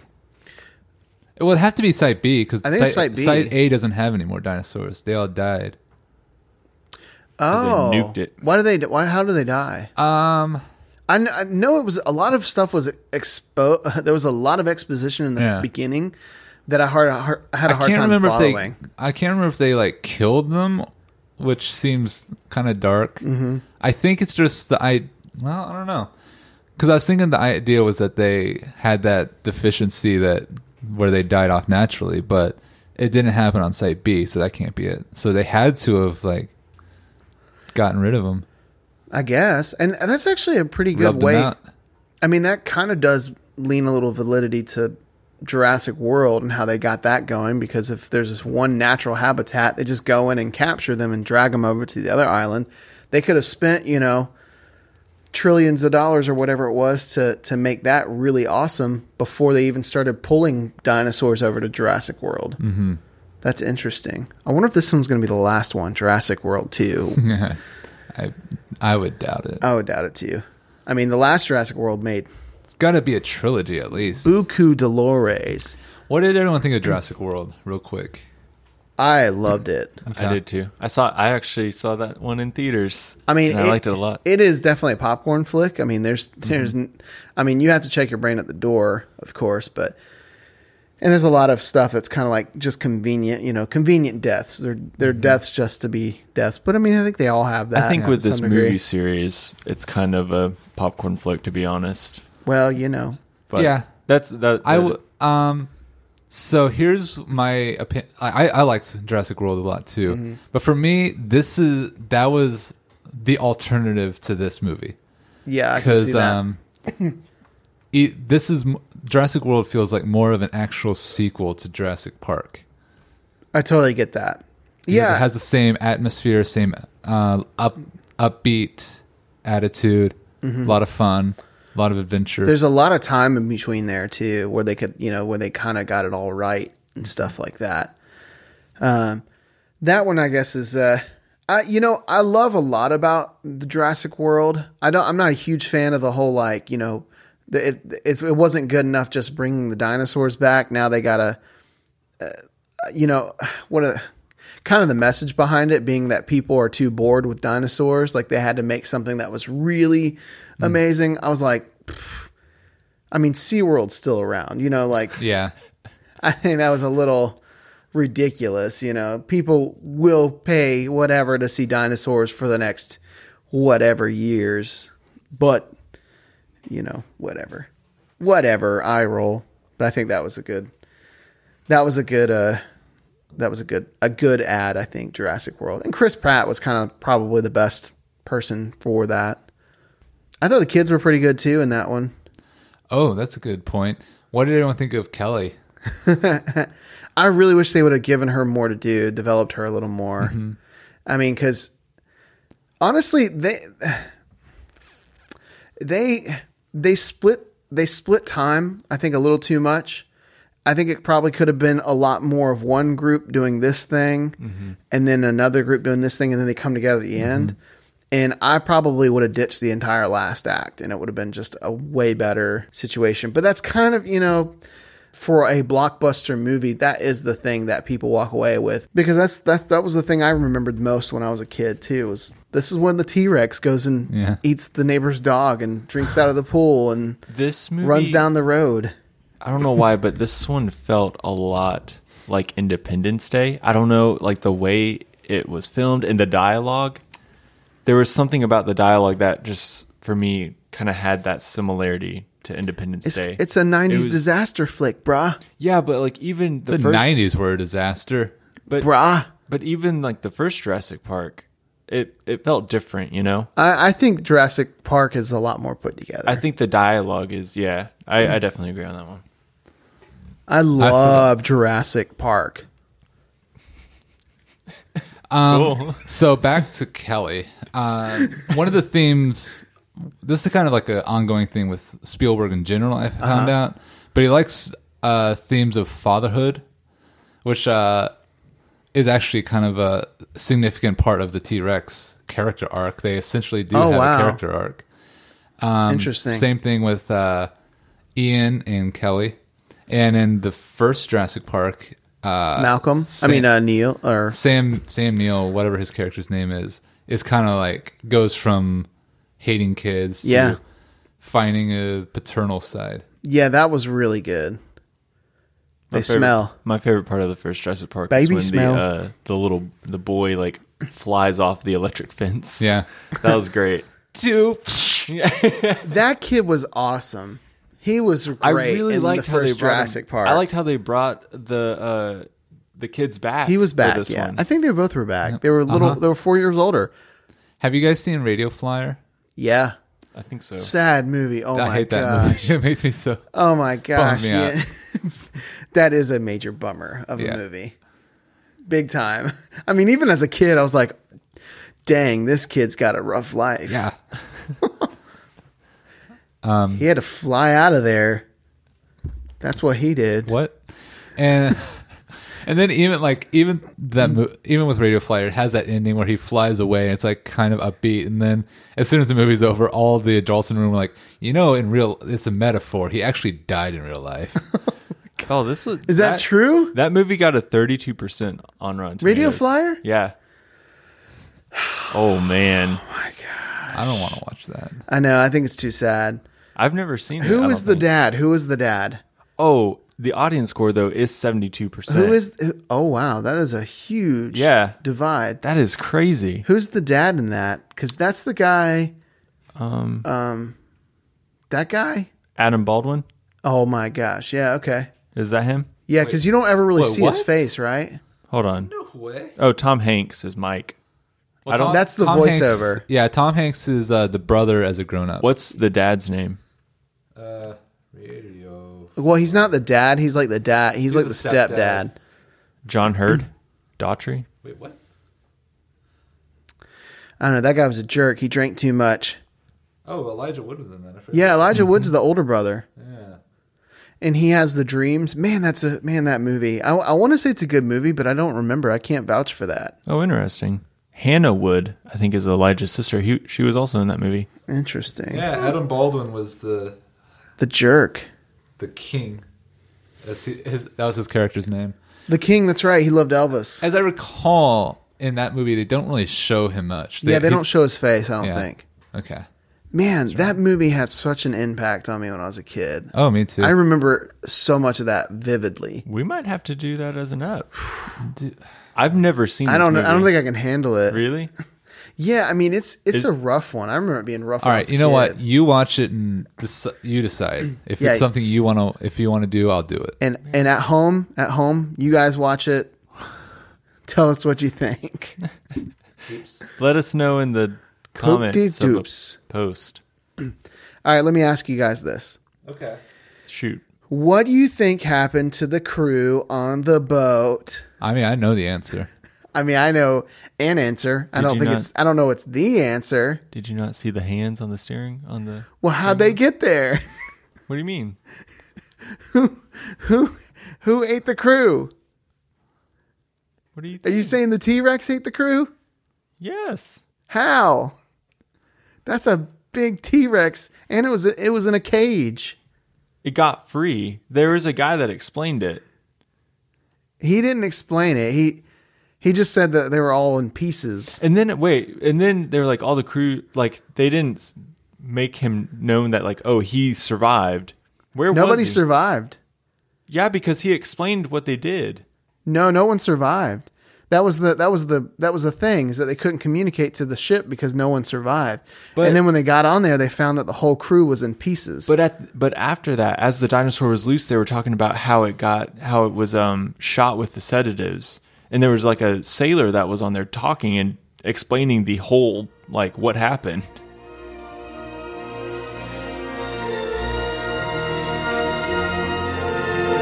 Speaker 4: It would have to be Site B because
Speaker 5: I think it's Site B.
Speaker 4: A doesn't have any more dinosaurs. They all died.
Speaker 6: they
Speaker 5: Oh,
Speaker 6: nuked it.
Speaker 5: why do they? Why? How do they die?
Speaker 4: Um,
Speaker 5: I, kn- I know it was a lot of stuff was exposed. There was a lot of exposition in the
Speaker 4: Yeah.
Speaker 5: beginning that I, hard, hard, I had a
Speaker 4: I
Speaker 5: hard
Speaker 4: can't
Speaker 5: time
Speaker 4: remember
Speaker 5: following.
Speaker 4: if they. I can't remember if they like killed them, which seems kind of dark. Mm-hmm. I think it's just the I. Well, I don't know, because I was thinking the idea was that they had that deficiency that where they died off naturally, but it didn't happen on site B, so that can't be it. So they had to have like gotten rid of them.
Speaker 5: I guess, and and that's actually a pretty good way. I mean, that kind of does lean a little validity to Jurassic World and how they got that going because if there's this one natural habitat, they just go in and capture them and drag them over to the other island. They could have spent, you know, trillions of dollars or whatever it was to to make that really awesome before they even started pulling dinosaurs over to Jurassic World. Mm-hmm. That's interesting. I wonder if this one's going to be the last one, Jurassic World 2.
Speaker 4: I I would doubt it.
Speaker 5: I would doubt it too. I mean, the last Jurassic World made
Speaker 4: It's got to be a trilogy at least.
Speaker 5: Buku Dolores.
Speaker 4: What did everyone think of Jurassic World? Real quick.
Speaker 5: I loved it.
Speaker 6: I did too. I saw. I actually saw that one in theaters.
Speaker 5: I mean,
Speaker 6: and I liked it a lot. Mm-hmm.
Speaker 5: It is definitely a popcorn flick. I mean, there's there's, n I mean, you have to check your brain at the door, of course, but and there's a lot of stuff that's kind of like just convenient, you know, convenient deaths. They're they're deaths just to be deaths, but I mean, I think they all have that.
Speaker 6: Mm-hmm. I think
Speaker 5: to
Speaker 6: with this
Speaker 5: some degree.
Speaker 6: movie series, it's kind of a popcorn flick, to be honest.
Speaker 5: well, you know,
Speaker 6: But
Speaker 4: yeah,
Speaker 6: That's that.
Speaker 4: I w- um, so here's my opinion. I, I liked Jurassic World a lot too,
Speaker 5: Mm-hmm.
Speaker 4: but for me, this is that was the alternative to this movie
Speaker 5: Yeah, I can see
Speaker 4: because
Speaker 5: that.
Speaker 4: um, it, this is m- Jurassic World feels like more of an actual sequel to Jurassic Park.
Speaker 5: I totally get that.
Speaker 4: because
Speaker 5: Yeah,
Speaker 4: it has the same atmosphere, same uh, up upbeat attitude, a lot of fun, a lot of adventure.
Speaker 5: Mm-hmm. there's a lot of time in between there too, where they could, you know, where they kind of got it all right and stuff like that. Um, that one, I guess, is uh, I you know, I love a lot about the Jurassic World. I don't, I'm not a huge fan of the whole like, you know, the, it it's, it wasn't good enough just bringing the dinosaurs back. Now they gotta, uh, you know, what a kind of the message behind it being that people are too bored with dinosaurs. Like they had to make something that was really amazing. I was like. I mean, SeaWorld's still around, you know, like,
Speaker 4: yeah,
Speaker 5: I think that was a little ridiculous, you know. People will pay whatever to see dinosaurs for the next whatever years, but, you know, whatever. Whatever, I roll. But I think that was a good, that was a good, uh, that was a good a good ad, I think, Jurassic World. And Chris Pratt was kind of probably the best person for that. I thought the kids were pretty good too in that one.
Speaker 4: Oh, that's a good point. Why did anyone think of Kelly?
Speaker 5: I really wish they would have given her more to do, developed her a little more. I mean, because honestly, they they they split they split time. I think a little too much. I think it probably could have been a lot more of one group doing this thing, and then another group doing this thing, and then they come together at the end. And I probably would have ditched the entire last act, and it would have been just a way better situation. But that's kind of you know for a blockbuster movie, that is the thing that people walk away with because that's that's that was the thing I remembered most when I was a kid too. Was this is when the T Rex goes and
Speaker 4: Yeah.
Speaker 5: eats the neighbor's dog and drinks out of the pool and
Speaker 6: this movie
Speaker 5: runs down the road.
Speaker 6: I don't know why, but this one felt a lot like Independence Day. I don't know, like the way it was filmed and the dialogue. There was something about the dialogue that just, for me, kind of had that similarity to Independence
Speaker 5: It's
Speaker 6: Day.
Speaker 5: it's a '90s
Speaker 6: was-
Speaker 5: disaster flick, brah,
Speaker 6: yeah, but like even the,
Speaker 4: The
Speaker 6: first,
Speaker 4: '90s were a disaster.
Speaker 6: but
Speaker 5: brah.
Speaker 6: but even like the first Jurassic Park, it it felt different, you know.
Speaker 5: I, I think Jurassic Park is a lot more put together.
Speaker 6: I think the dialogue is yeah. I,
Speaker 5: Mm.
Speaker 6: I definitely agree on that one.
Speaker 5: I love Jurassic Park.
Speaker 6: cool.
Speaker 4: So back to Kelly. Uh, one of the themes. This is kind of like an ongoing thing with Spielberg in general. I
Speaker 5: Uh-huh.
Speaker 4: found out, but he likes uh, themes of fatherhood, which uh, is actually kind of a significant part of the T Rex character arc. They essentially do
Speaker 5: Oh,
Speaker 4: have
Speaker 5: wow.
Speaker 4: a character arc.
Speaker 6: Um,
Speaker 5: Interesting.
Speaker 4: Same thing with uh, Ian and Kelly, and in the first Jurassic Park, uh,
Speaker 5: Malcolm.
Speaker 4: Sam,
Speaker 5: I mean uh, Neil or
Speaker 4: Sam Sam Neill, whatever his character's name is, is kind of like goes from hating kids
Speaker 5: Yeah.
Speaker 4: to finding a paternal side.
Speaker 5: yeah, that was really good. They
Speaker 6: My favorite-
Speaker 5: smell.
Speaker 6: My favorite part of the first Jurassic Park is
Speaker 5: Baby
Speaker 6: when
Speaker 5: smell.
Speaker 6: the uh, the little the boy like flies off the electric fence.
Speaker 4: Yeah.
Speaker 6: that was great.
Speaker 4: Two.
Speaker 5: That kid was awesome. He was great.
Speaker 6: I really
Speaker 5: in
Speaker 6: liked
Speaker 5: the
Speaker 6: how they
Speaker 5: first
Speaker 6: brought
Speaker 5: Jurassic
Speaker 6: him,
Speaker 5: Park.
Speaker 6: I liked how they brought the uh, the kids back.
Speaker 5: he was
Speaker 6: for
Speaker 5: back.
Speaker 6: This
Speaker 5: Yeah,
Speaker 6: one.
Speaker 5: I think they both were back. They were little.
Speaker 4: Uh-huh.
Speaker 5: They were four years older.
Speaker 4: Have you guys seen Radio Flyer?
Speaker 5: Yeah,
Speaker 6: I think so.
Speaker 5: sad movie. Oh
Speaker 4: I
Speaker 5: my
Speaker 4: hate that
Speaker 5: gosh.
Speaker 4: movie. It makes me so.
Speaker 5: Oh my gosh.
Speaker 4: me
Speaker 5: yeah. that is a major bummer of
Speaker 4: Yeah.
Speaker 5: a movie. Big time. I mean, even as a kid, I was like, "Dang, this kid's got a rough life."
Speaker 4: Yeah.
Speaker 5: he had to fly out of there. That's what he did.
Speaker 4: What? And and then even like even that mo- even with Radio Flyer, it has that ending where he flies away. And it's like kind of upbeat, and then as soon as the movie's over, all the adults in the room are like, you know, in real, it's a metaphor. He actually died in real life.
Speaker 6: Oh, this was
Speaker 5: Is that true?
Speaker 6: That movie got a thirty two percent on Rotten.
Speaker 5: Radio
Speaker 6: Tomatoes.
Speaker 5: Flyer?
Speaker 6: Yeah. Oh man,
Speaker 4: I don't want to watch that.
Speaker 5: I know. I think it's too sad.
Speaker 6: I've never seen. it, I
Speaker 5: Who
Speaker 6: don't
Speaker 5: was the
Speaker 6: think.
Speaker 5: dad? Who was the dad?
Speaker 6: Oh, the audience score though is seventy two percent.
Speaker 5: Who is? who- Oh wow, that is a huge
Speaker 6: Yeah.
Speaker 5: divide.
Speaker 6: That is crazy.
Speaker 5: Who's the dad in that? Because that's the guy. Um, that guy.
Speaker 6: Adam Baldwin.
Speaker 5: Oh my gosh. Yeah. Okay.
Speaker 6: Is that him?
Speaker 5: Yeah, because you don't ever really
Speaker 4: Wait,
Speaker 5: see his
Speaker 4: what?
Speaker 5: face, right?
Speaker 6: Hold on.
Speaker 4: What?
Speaker 6: Oh, Tom Hanks is Mike.
Speaker 4: Well,
Speaker 6: I don't-
Speaker 5: That's the
Speaker 4: Hanks-
Speaker 5: voiceover.
Speaker 4: yeah, Tom Hanks is uh, the brother as a grown up.
Speaker 6: What's the dad's name?
Speaker 4: Radio.
Speaker 5: Well, he's not the dad. He's like the dad. He's, like the
Speaker 4: the
Speaker 5: stepdad.
Speaker 4: stepdad.
Speaker 6: John Hurd? Daughtry?
Speaker 4: Wait, what?
Speaker 5: I don't know. That guy was a jerk. He drank too much.
Speaker 4: Oh, Elijah Wood was in that.
Speaker 5: Yeah, Elijah Wood's the older brother,
Speaker 4: Mm-hmm. Yeah.
Speaker 5: and he has the dreams. Man, that's a man. That movie. I, I want to say it's a good movie, but I don't remember. I can't vouch for that.
Speaker 6: Oh, interesting. Hannah Wood, I think, is Elijah's sister. He, she was also in that movie.
Speaker 5: Interesting.
Speaker 4: Yeah, Adam Baldwin was the
Speaker 5: The jerk.
Speaker 4: the king. That's his, his, that was his character's name.
Speaker 5: The king. That's right. He loved Elvis.
Speaker 4: As I recall, in that movie, they don't really show him much.
Speaker 5: yeah, they
Speaker 4: he's-
Speaker 5: don't show his face. I don't
Speaker 4: yeah.
Speaker 5: think.
Speaker 4: Okay.
Speaker 5: Man, that movie had such an impact on me when I was a kid.
Speaker 4: Oh, me too.
Speaker 5: I remember so much of that vividly.
Speaker 6: We might have to do that as an up. I've never seen.
Speaker 5: I
Speaker 6: this
Speaker 5: don't. know. I don't
Speaker 6: movie.
Speaker 5: think I can handle it.
Speaker 6: really.
Speaker 5: Yeah, I mean it's it's
Speaker 6: Is-
Speaker 5: a rough one. I remember it being rough.
Speaker 4: All right, you know what? You watch it and deci- you decide if
Speaker 5: Yeah.
Speaker 4: it's something you want to. If you want to do, I'll do it.
Speaker 5: And and at home, at home, you guys watch it. Tell us what you think.
Speaker 6: Let us know in the comments of
Speaker 5: doops.
Speaker 6: the post.
Speaker 5: All right, let me ask you guys this.
Speaker 4: Okay.
Speaker 6: Shoot.
Speaker 5: What do you think happened to the crew on the boat?
Speaker 4: I mean, I know the answer.
Speaker 5: I mean, I know an answer. I
Speaker 6: Did
Speaker 5: don't
Speaker 6: you
Speaker 5: think
Speaker 6: not-
Speaker 5: it's I don't know it's the answer.
Speaker 6: Did you not see the hands on the steering on the?
Speaker 5: Well, how'd they get there?
Speaker 6: What do you mean?
Speaker 5: Who who ate the crew?
Speaker 6: What do you?
Speaker 5: Are
Speaker 6: Think?
Speaker 5: you saying the T-Rex ate the crew?
Speaker 6: Yes.
Speaker 5: How? That's a big T-Rex and it was it was in a cage.
Speaker 6: It got free. There was a guy that explained it.
Speaker 5: He didn't explain it. He he just said that they were all in pieces.
Speaker 6: And then wait, and then they were like all the crew like they didn't s- make him known that like oh he survived. Where
Speaker 5: Nobody
Speaker 6: was he?
Speaker 5: survived.
Speaker 6: Yeah, because he explained what they did.
Speaker 5: No, no one survived. That was the that was the that was the thing is that they couldn't communicate to the ship because no one survived.
Speaker 6: But-
Speaker 5: and then when they got on there, they found that the whole crew was in pieces.
Speaker 6: But at but after that, as the dinosaur was loose, they were talking about how it got how it was um shot with the sedatives, and there was like a sailor that was on there talking and explaining the whole like what happened.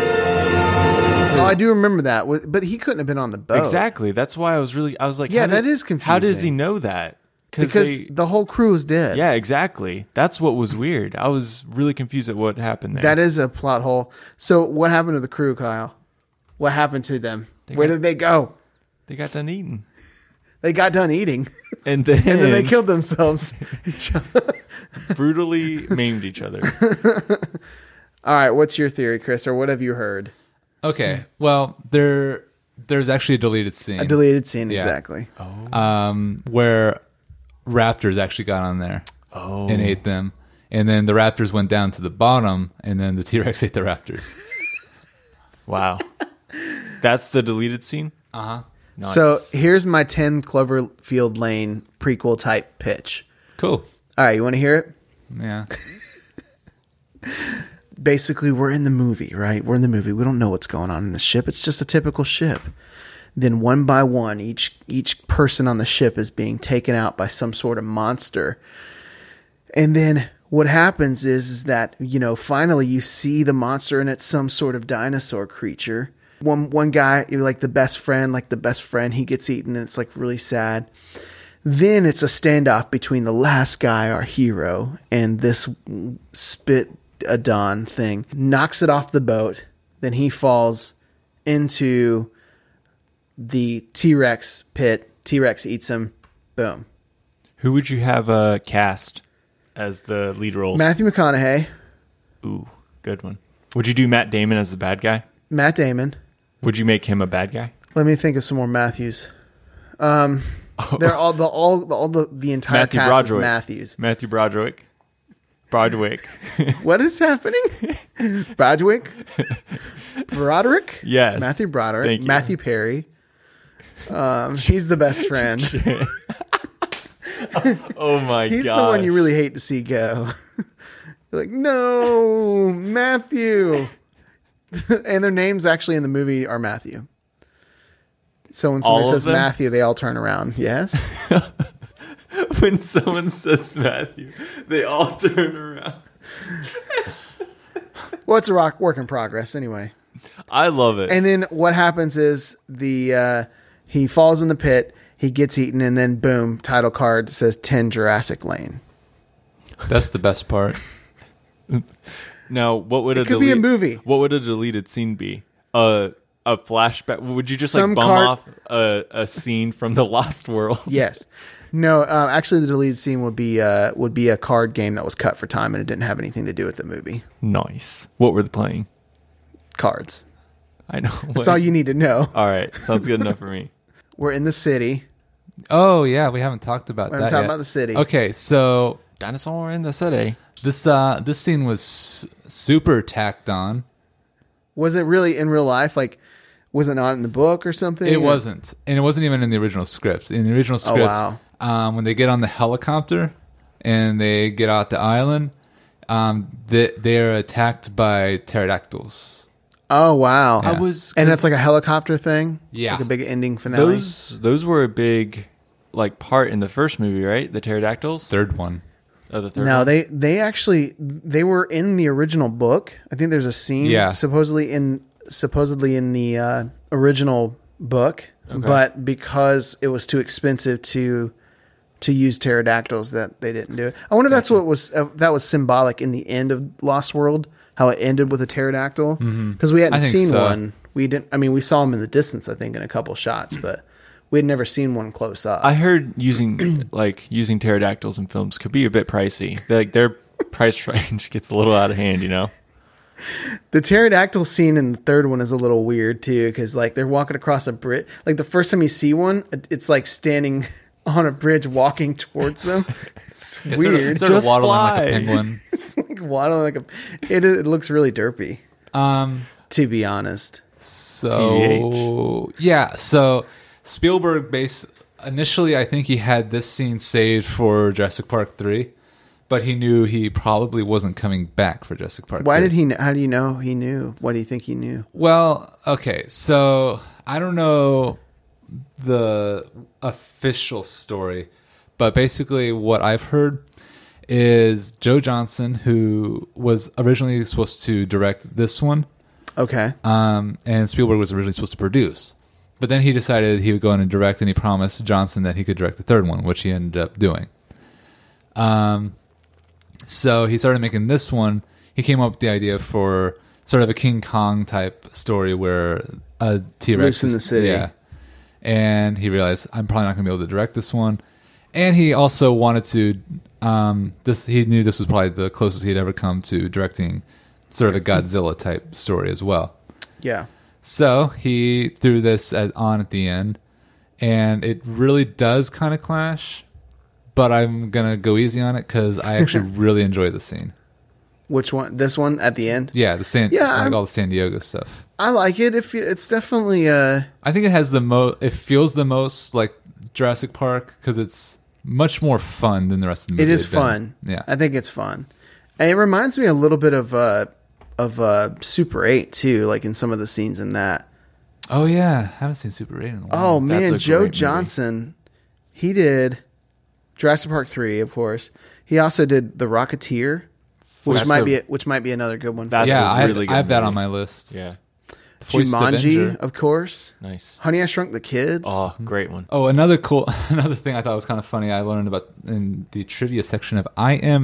Speaker 5: oh, I do remember that. W- But he couldn't have been on the boat
Speaker 6: Exactly. That's why I was really I was like,
Speaker 5: Oh. Yeah,
Speaker 6: how
Speaker 5: that
Speaker 6: did-
Speaker 5: is
Speaker 6: How does he
Speaker 5: confusing.
Speaker 6: know that?
Speaker 5: because
Speaker 6: they-
Speaker 5: the whole crew is dead.
Speaker 6: Yeah, exactly. That's what was weird. I was really confused at what happened there.
Speaker 5: that is a plot hole. So what happened to the crew, Kyle? What happened to them? Where
Speaker 6: got-
Speaker 5: did they go?
Speaker 6: they got done eating,
Speaker 5: They got done eating,
Speaker 6: and then,
Speaker 5: and then they killed themselves.
Speaker 6: brutally maimed each other.
Speaker 5: All right, what's your theory, Chris, or what have you heard?
Speaker 4: Okay. Well, there there's actually a deleted scene.
Speaker 5: A deleted scene, exactly.
Speaker 4: um, where raptors actually got on there
Speaker 6: Oh.
Speaker 4: and ate them, and then the raptors went down to the bottom, and then the T Rex ate the raptors.
Speaker 6: Wow, that's the deleted scene.
Speaker 4: Uh huh.
Speaker 6: Nice.
Speaker 5: So here's my 10 Cloverfield Lane prequel type pitch.
Speaker 4: Cool.
Speaker 5: All right, you want to hear it?
Speaker 4: Yeah.
Speaker 5: basically we're in the movie, right? We're in the movie. We don't know what's going on in the ship. It's just a typical ship. Then one by one, each each person on the ship is being taken out by some sort of monster. And then what happens is, is that, you know, finally you see the monster and it's some sort of dinosaur creature. One one guy, like the best friend, like the best friend, he gets eaten and it's like really sad then it's a standoff between the last guy, our hero, and this spit a don thing. Knocks it off the boat, then he falls into the T Rex pit. T Rex eats him. Boom.
Speaker 6: who would you have uh, cast as the lead roles?
Speaker 5: Matthew McConaughey,
Speaker 6: Ooh, good one. Would you do Matt Damon as the bad guy?
Speaker 5: Matt Damon.
Speaker 6: Would you make him a bad guy?
Speaker 5: Let me think of some more Matthews. Um, they're all the all the all the, the entire
Speaker 6: Matthew
Speaker 5: cast
Speaker 6: Broderick.
Speaker 5: is Matthews.
Speaker 6: Matthew Broderick. Broderick.
Speaker 5: What is happening? Broderick? Broderick?
Speaker 6: Yes.
Speaker 5: Matthew Broderick.
Speaker 6: Thank you.
Speaker 5: Matthew Perry. Um, he's the best friend.
Speaker 6: oh my god. Oh
Speaker 5: He's someone you really hate to see go. You're like, no, Matthew. and their names actually in the movie are Matthew. So when somebody
Speaker 6: All of
Speaker 5: says
Speaker 6: them?
Speaker 5: Matthew, they all turn around. Yes.
Speaker 6: when someone says Matthew, they all turn around.
Speaker 5: well, it's a rock work in progress anyway.
Speaker 6: I love it.
Speaker 5: And then what happens is the uh, he falls in the pit, he gets eaten, and then boom, title card says ten Jurassic Lane.
Speaker 4: That's the best part.
Speaker 6: now, what would a
Speaker 5: could be a
Speaker 6: delete-
Speaker 5: movie.
Speaker 6: What would a deleted scene be? Uh, a flashback? Would you just
Speaker 5: Some
Speaker 6: like bum
Speaker 5: cart-
Speaker 6: off a, a scene from the Lost World?
Speaker 5: Yes. No, uh, actually, the deleted scene would be uh, would be a card game that was cut for time and it didn't have anything to do with the movie.
Speaker 6: Nice. What were they playing?
Speaker 5: Cards.
Speaker 6: I know.
Speaker 5: That's all you need to know.
Speaker 6: All right, sounds good enough for me.
Speaker 5: We're in the city.
Speaker 4: Oh yeah, we haven't talked about
Speaker 5: We
Speaker 4: that.
Speaker 5: haven't talked
Speaker 4: yet.
Speaker 5: about the city.
Speaker 4: Okay, so
Speaker 6: Dinosaur in the city.
Speaker 4: this uh this scene was s- super tacked on.
Speaker 5: Was it really in real life? Like, was it not in the book or something?
Speaker 4: It
Speaker 5: Or-
Speaker 4: wasn't, and it wasn't even in the original scripts. In the original
Speaker 5: Oh,
Speaker 4: scripts,
Speaker 5: wow.
Speaker 4: um, when they get on the helicopter and they get out the island, um, they they are attacked by pterodactyls.
Speaker 5: Oh wow!
Speaker 4: I was-
Speaker 5: and that's like a helicopter thing.
Speaker 4: Yeah.
Speaker 5: like a big ending finale.
Speaker 6: Those those were a big like part in the first movie, right? The pterodactyls.
Speaker 4: Third one.
Speaker 6: Oh, the third
Speaker 5: no,
Speaker 6: one?
Speaker 5: they they actually they were in the original book. I think there's a scene.
Speaker 4: Yeah.
Speaker 5: supposedly in supposedly in the uh, original book, but because it was too expensive to to use pterodactyls, that they didn't do it. I wonder if that's what was uh, that was symbolic in the end of Lost World, how it ended with a pterodactyl because we hadn't
Speaker 4: Mm-hmm. I think
Speaker 5: seen
Speaker 4: so.
Speaker 5: one. We didn't. I mean, we saw them in the distance. I think in a couple shots, but we had never seen one close up.
Speaker 6: I heard using like using pterodactyls in films could be a bit pricey. Like their price range gets a little out of hand, you know.
Speaker 5: The pterodactyl scene in the third one is a little weird too, because like they're walking across a bridge. Like the first time you see one, it- it's like standing on a bridge walking towards them. It's weird.
Speaker 4: It's sort of
Speaker 6: Just
Speaker 4: waddling like
Speaker 6: fly.
Speaker 4: a penguin.
Speaker 5: It's like waddling like a. It, it looks really derpy,
Speaker 4: Um,
Speaker 5: to be honest.
Speaker 4: So yeah, so Spielberg base initially I think he had this scene saved for Jurassic Park 3, but he knew he probably wasn't coming back for Jurassic Park
Speaker 5: Why
Speaker 4: 3.
Speaker 5: did he? kn- How do you know he knew? What do you think he knew?
Speaker 4: Well, okay, so I don't know the official story, but basically what I've heard is Joe Johnson, who was originally supposed to direct this one,
Speaker 5: Okay.
Speaker 4: um, and Spielberg was originally supposed to produce. But then he decided he would go in and direct, and he promised Johnson that he could direct the third one, which he ended up doing. Um, so he started making this one. He came up with the idea for sort of a King Kong type story where a T Rex
Speaker 5: Loose in the city.
Speaker 4: Yeah, and he realized I'm probably not going to be able to direct this one. And he also wanted to. Um, this he knew this was probably the closest he'd ever come to directing sort of a Godzilla type story as well.
Speaker 5: Yeah.
Speaker 4: So he threw this at, on at the end, and it really does kind of clash. But I'm gonna go easy on it because I actually really enjoy the scene.
Speaker 5: Which one? This one at the end.
Speaker 4: Yeah, the San,
Speaker 5: Yeah,
Speaker 4: like
Speaker 5: I'm-
Speaker 4: all the San Diego stuff.
Speaker 5: I like it. If you- it's definitely uh
Speaker 4: I think it has the most. It feels the most like Jurassic Park because it's much more fun than the rest of the
Speaker 5: It
Speaker 4: movie.
Speaker 5: is
Speaker 4: had been.
Speaker 5: fun.
Speaker 4: Yeah,
Speaker 5: I think it's fun. And it reminds me a little bit of uh of uh Super 8 too, like in some of the scenes in that.
Speaker 4: oh yeah, I haven't seen Super Eight in a while.
Speaker 5: Oh
Speaker 6: Mm, that's
Speaker 5: man,
Speaker 6: a
Speaker 5: Joe
Speaker 6: great movie.
Speaker 5: Johnson, he did Jurassic Park 3, of course. He also did The Rocketeer, which
Speaker 6: That's
Speaker 5: might
Speaker 6: a-
Speaker 5: be which might be another good one. for
Speaker 6: That's
Speaker 5: you.
Speaker 4: yeah,
Speaker 6: a
Speaker 4: I have,
Speaker 6: really good
Speaker 4: I have that
Speaker 6: movie.
Speaker 4: on my list.
Speaker 6: Yeah,
Speaker 4: Hoist
Speaker 5: Jumanji,
Speaker 4: Avenger.
Speaker 5: of course.
Speaker 6: nice.
Speaker 5: Honey, I Shrunk the Kids.
Speaker 6: Oh, great one.
Speaker 4: Oh, another cool, another thing I thought was kind of funny I learned about in the trivia section of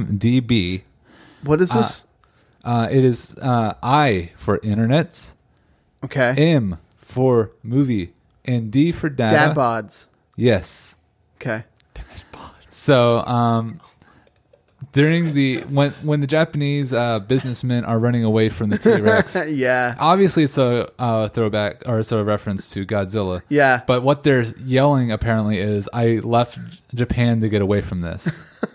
Speaker 4: IMDb.
Speaker 5: what is this?
Speaker 4: Uh, it is uh, I for internet,
Speaker 5: okay.
Speaker 4: M for movie, and D for data.
Speaker 5: Dad bods.
Speaker 4: Yes.
Speaker 5: Okay.
Speaker 4: So um, during the when when the Japanese uh, businessmen are running away from the T Rex,
Speaker 5: yeah.
Speaker 4: obviously it's a uh, throwback or it's a reference to Godzilla.
Speaker 5: Yeah.
Speaker 4: But what they're yelling apparently is, "I left J- Japan to get away from this."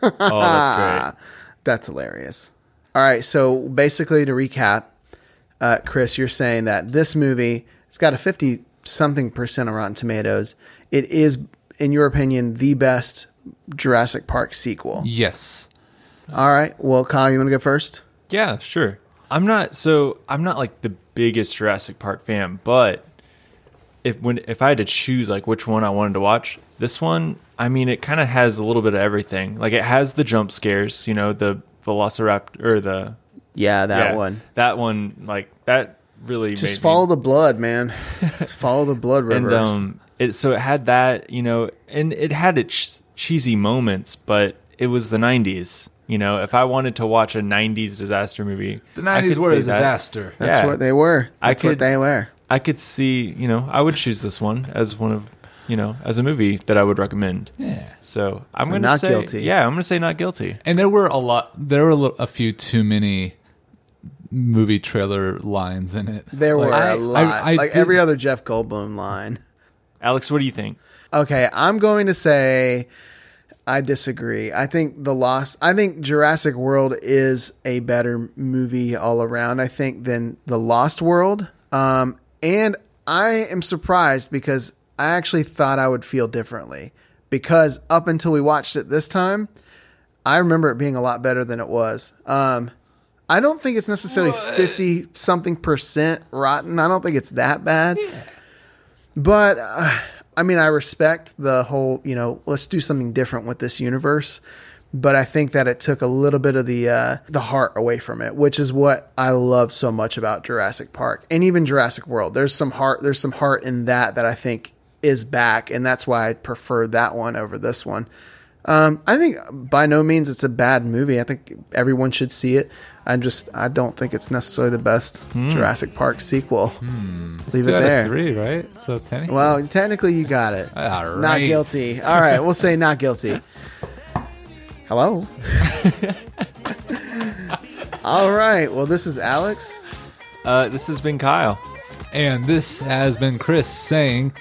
Speaker 6: Oh, that's great.
Speaker 5: That's hilarious. All right, so basically to recap, uh, Chris, you're saying that this movie it's got a fifty something percent on Rotten Tomatoes. It is, in your opinion, the best Jurassic Park sequel.
Speaker 4: Yes.
Speaker 5: All right. Well, Kyle, you want to go first?
Speaker 6: Yeah, sure. I'm not so I'm not like the biggest Jurassic Park fan, but if when if I had to choose like which one I wanted to watch, this one, I mean, it kind of has a little bit of everything. Like it has the jump scares, you know, the Velociraptor or the
Speaker 5: Yeah, that
Speaker 6: yeah,
Speaker 5: one.
Speaker 6: that one, like that really
Speaker 5: Just
Speaker 6: made
Speaker 5: follow
Speaker 6: me,
Speaker 5: the blood, man. Just follow the blood
Speaker 6: and
Speaker 5: rivers.
Speaker 6: um, it so it had that, you know, and it had its cheesy moments, but it was the '90s. You know, if I wanted to watch a '90s disaster movie,
Speaker 4: The
Speaker 6: I could
Speaker 4: nineties were
Speaker 6: see
Speaker 4: a
Speaker 6: that.
Speaker 4: disaster.
Speaker 5: That's
Speaker 6: yeah.
Speaker 5: what they were.
Speaker 6: I
Speaker 5: That's what
Speaker 6: could-
Speaker 5: they were.
Speaker 6: I could see, you know, I would choose this one as one of, you know, as a movie that I would recommend.
Speaker 4: Yeah.
Speaker 6: So I'm
Speaker 5: So
Speaker 6: gonna
Speaker 5: not
Speaker 6: say,
Speaker 5: guilty.
Speaker 6: yeah, I'm gonna say not guilty.
Speaker 4: And there were a lot. There were a lo- a few too many movie trailer lines in it.
Speaker 5: There
Speaker 4: Like,
Speaker 5: were
Speaker 4: I-
Speaker 5: a lot.
Speaker 4: I- I
Speaker 5: like
Speaker 4: did-
Speaker 5: every other Jeff Goldblum line.
Speaker 6: Alex, what do you think?
Speaker 5: Okay, I'm going to say I disagree. I think the lost I think Jurassic World is a better movie all around, I think, than The Lost World. Um and I am surprised because I actually thought I would feel differently. Because up until we watched it this time, I remember it being a lot better than it was. Um I don't think it's necessarily fifty something percent rotten. I don't think it's that bad. But uh, I mean, I respect the whole, you know, let's do something different with this universe. But I think that it took a little bit of the uh, the heart away from it, which is what I love so much about Jurassic Park and even Jurassic World. There's some heart. There's some heart in that that I think is back, and that's why I prefer that one over this one. Um, I think by no means it's a bad movie. I think everyone should see it. I just I don't think it's necessarily the best Jurassic Park sequel. Leave
Speaker 4: two
Speaker 5: it
Speaker 4: out
Speaker 5: there.
Speaker 4: of three, right? So ten.
Speaker 5: Well, technically, you got it.
Speaker 4: All
Speaker 5: Not
Speaker 4: right.
Speaker 5: guilty. All right, we'll say not guilty. Hello. All right. Well, this is Alex.
Speaker 6: Uh, this has been Kyle.
Speaker 4: And this has been Chris saying,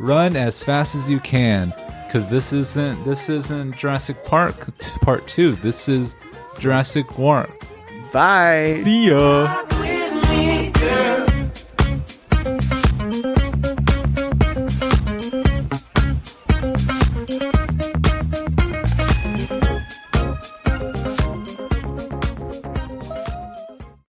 Speaker 4: "Run as fast as you can, because this isn't this isn't Jurassic Park t- Part Two. This is Jurassic World."
Speaker 5: Bye.
Speaker 6: See ya.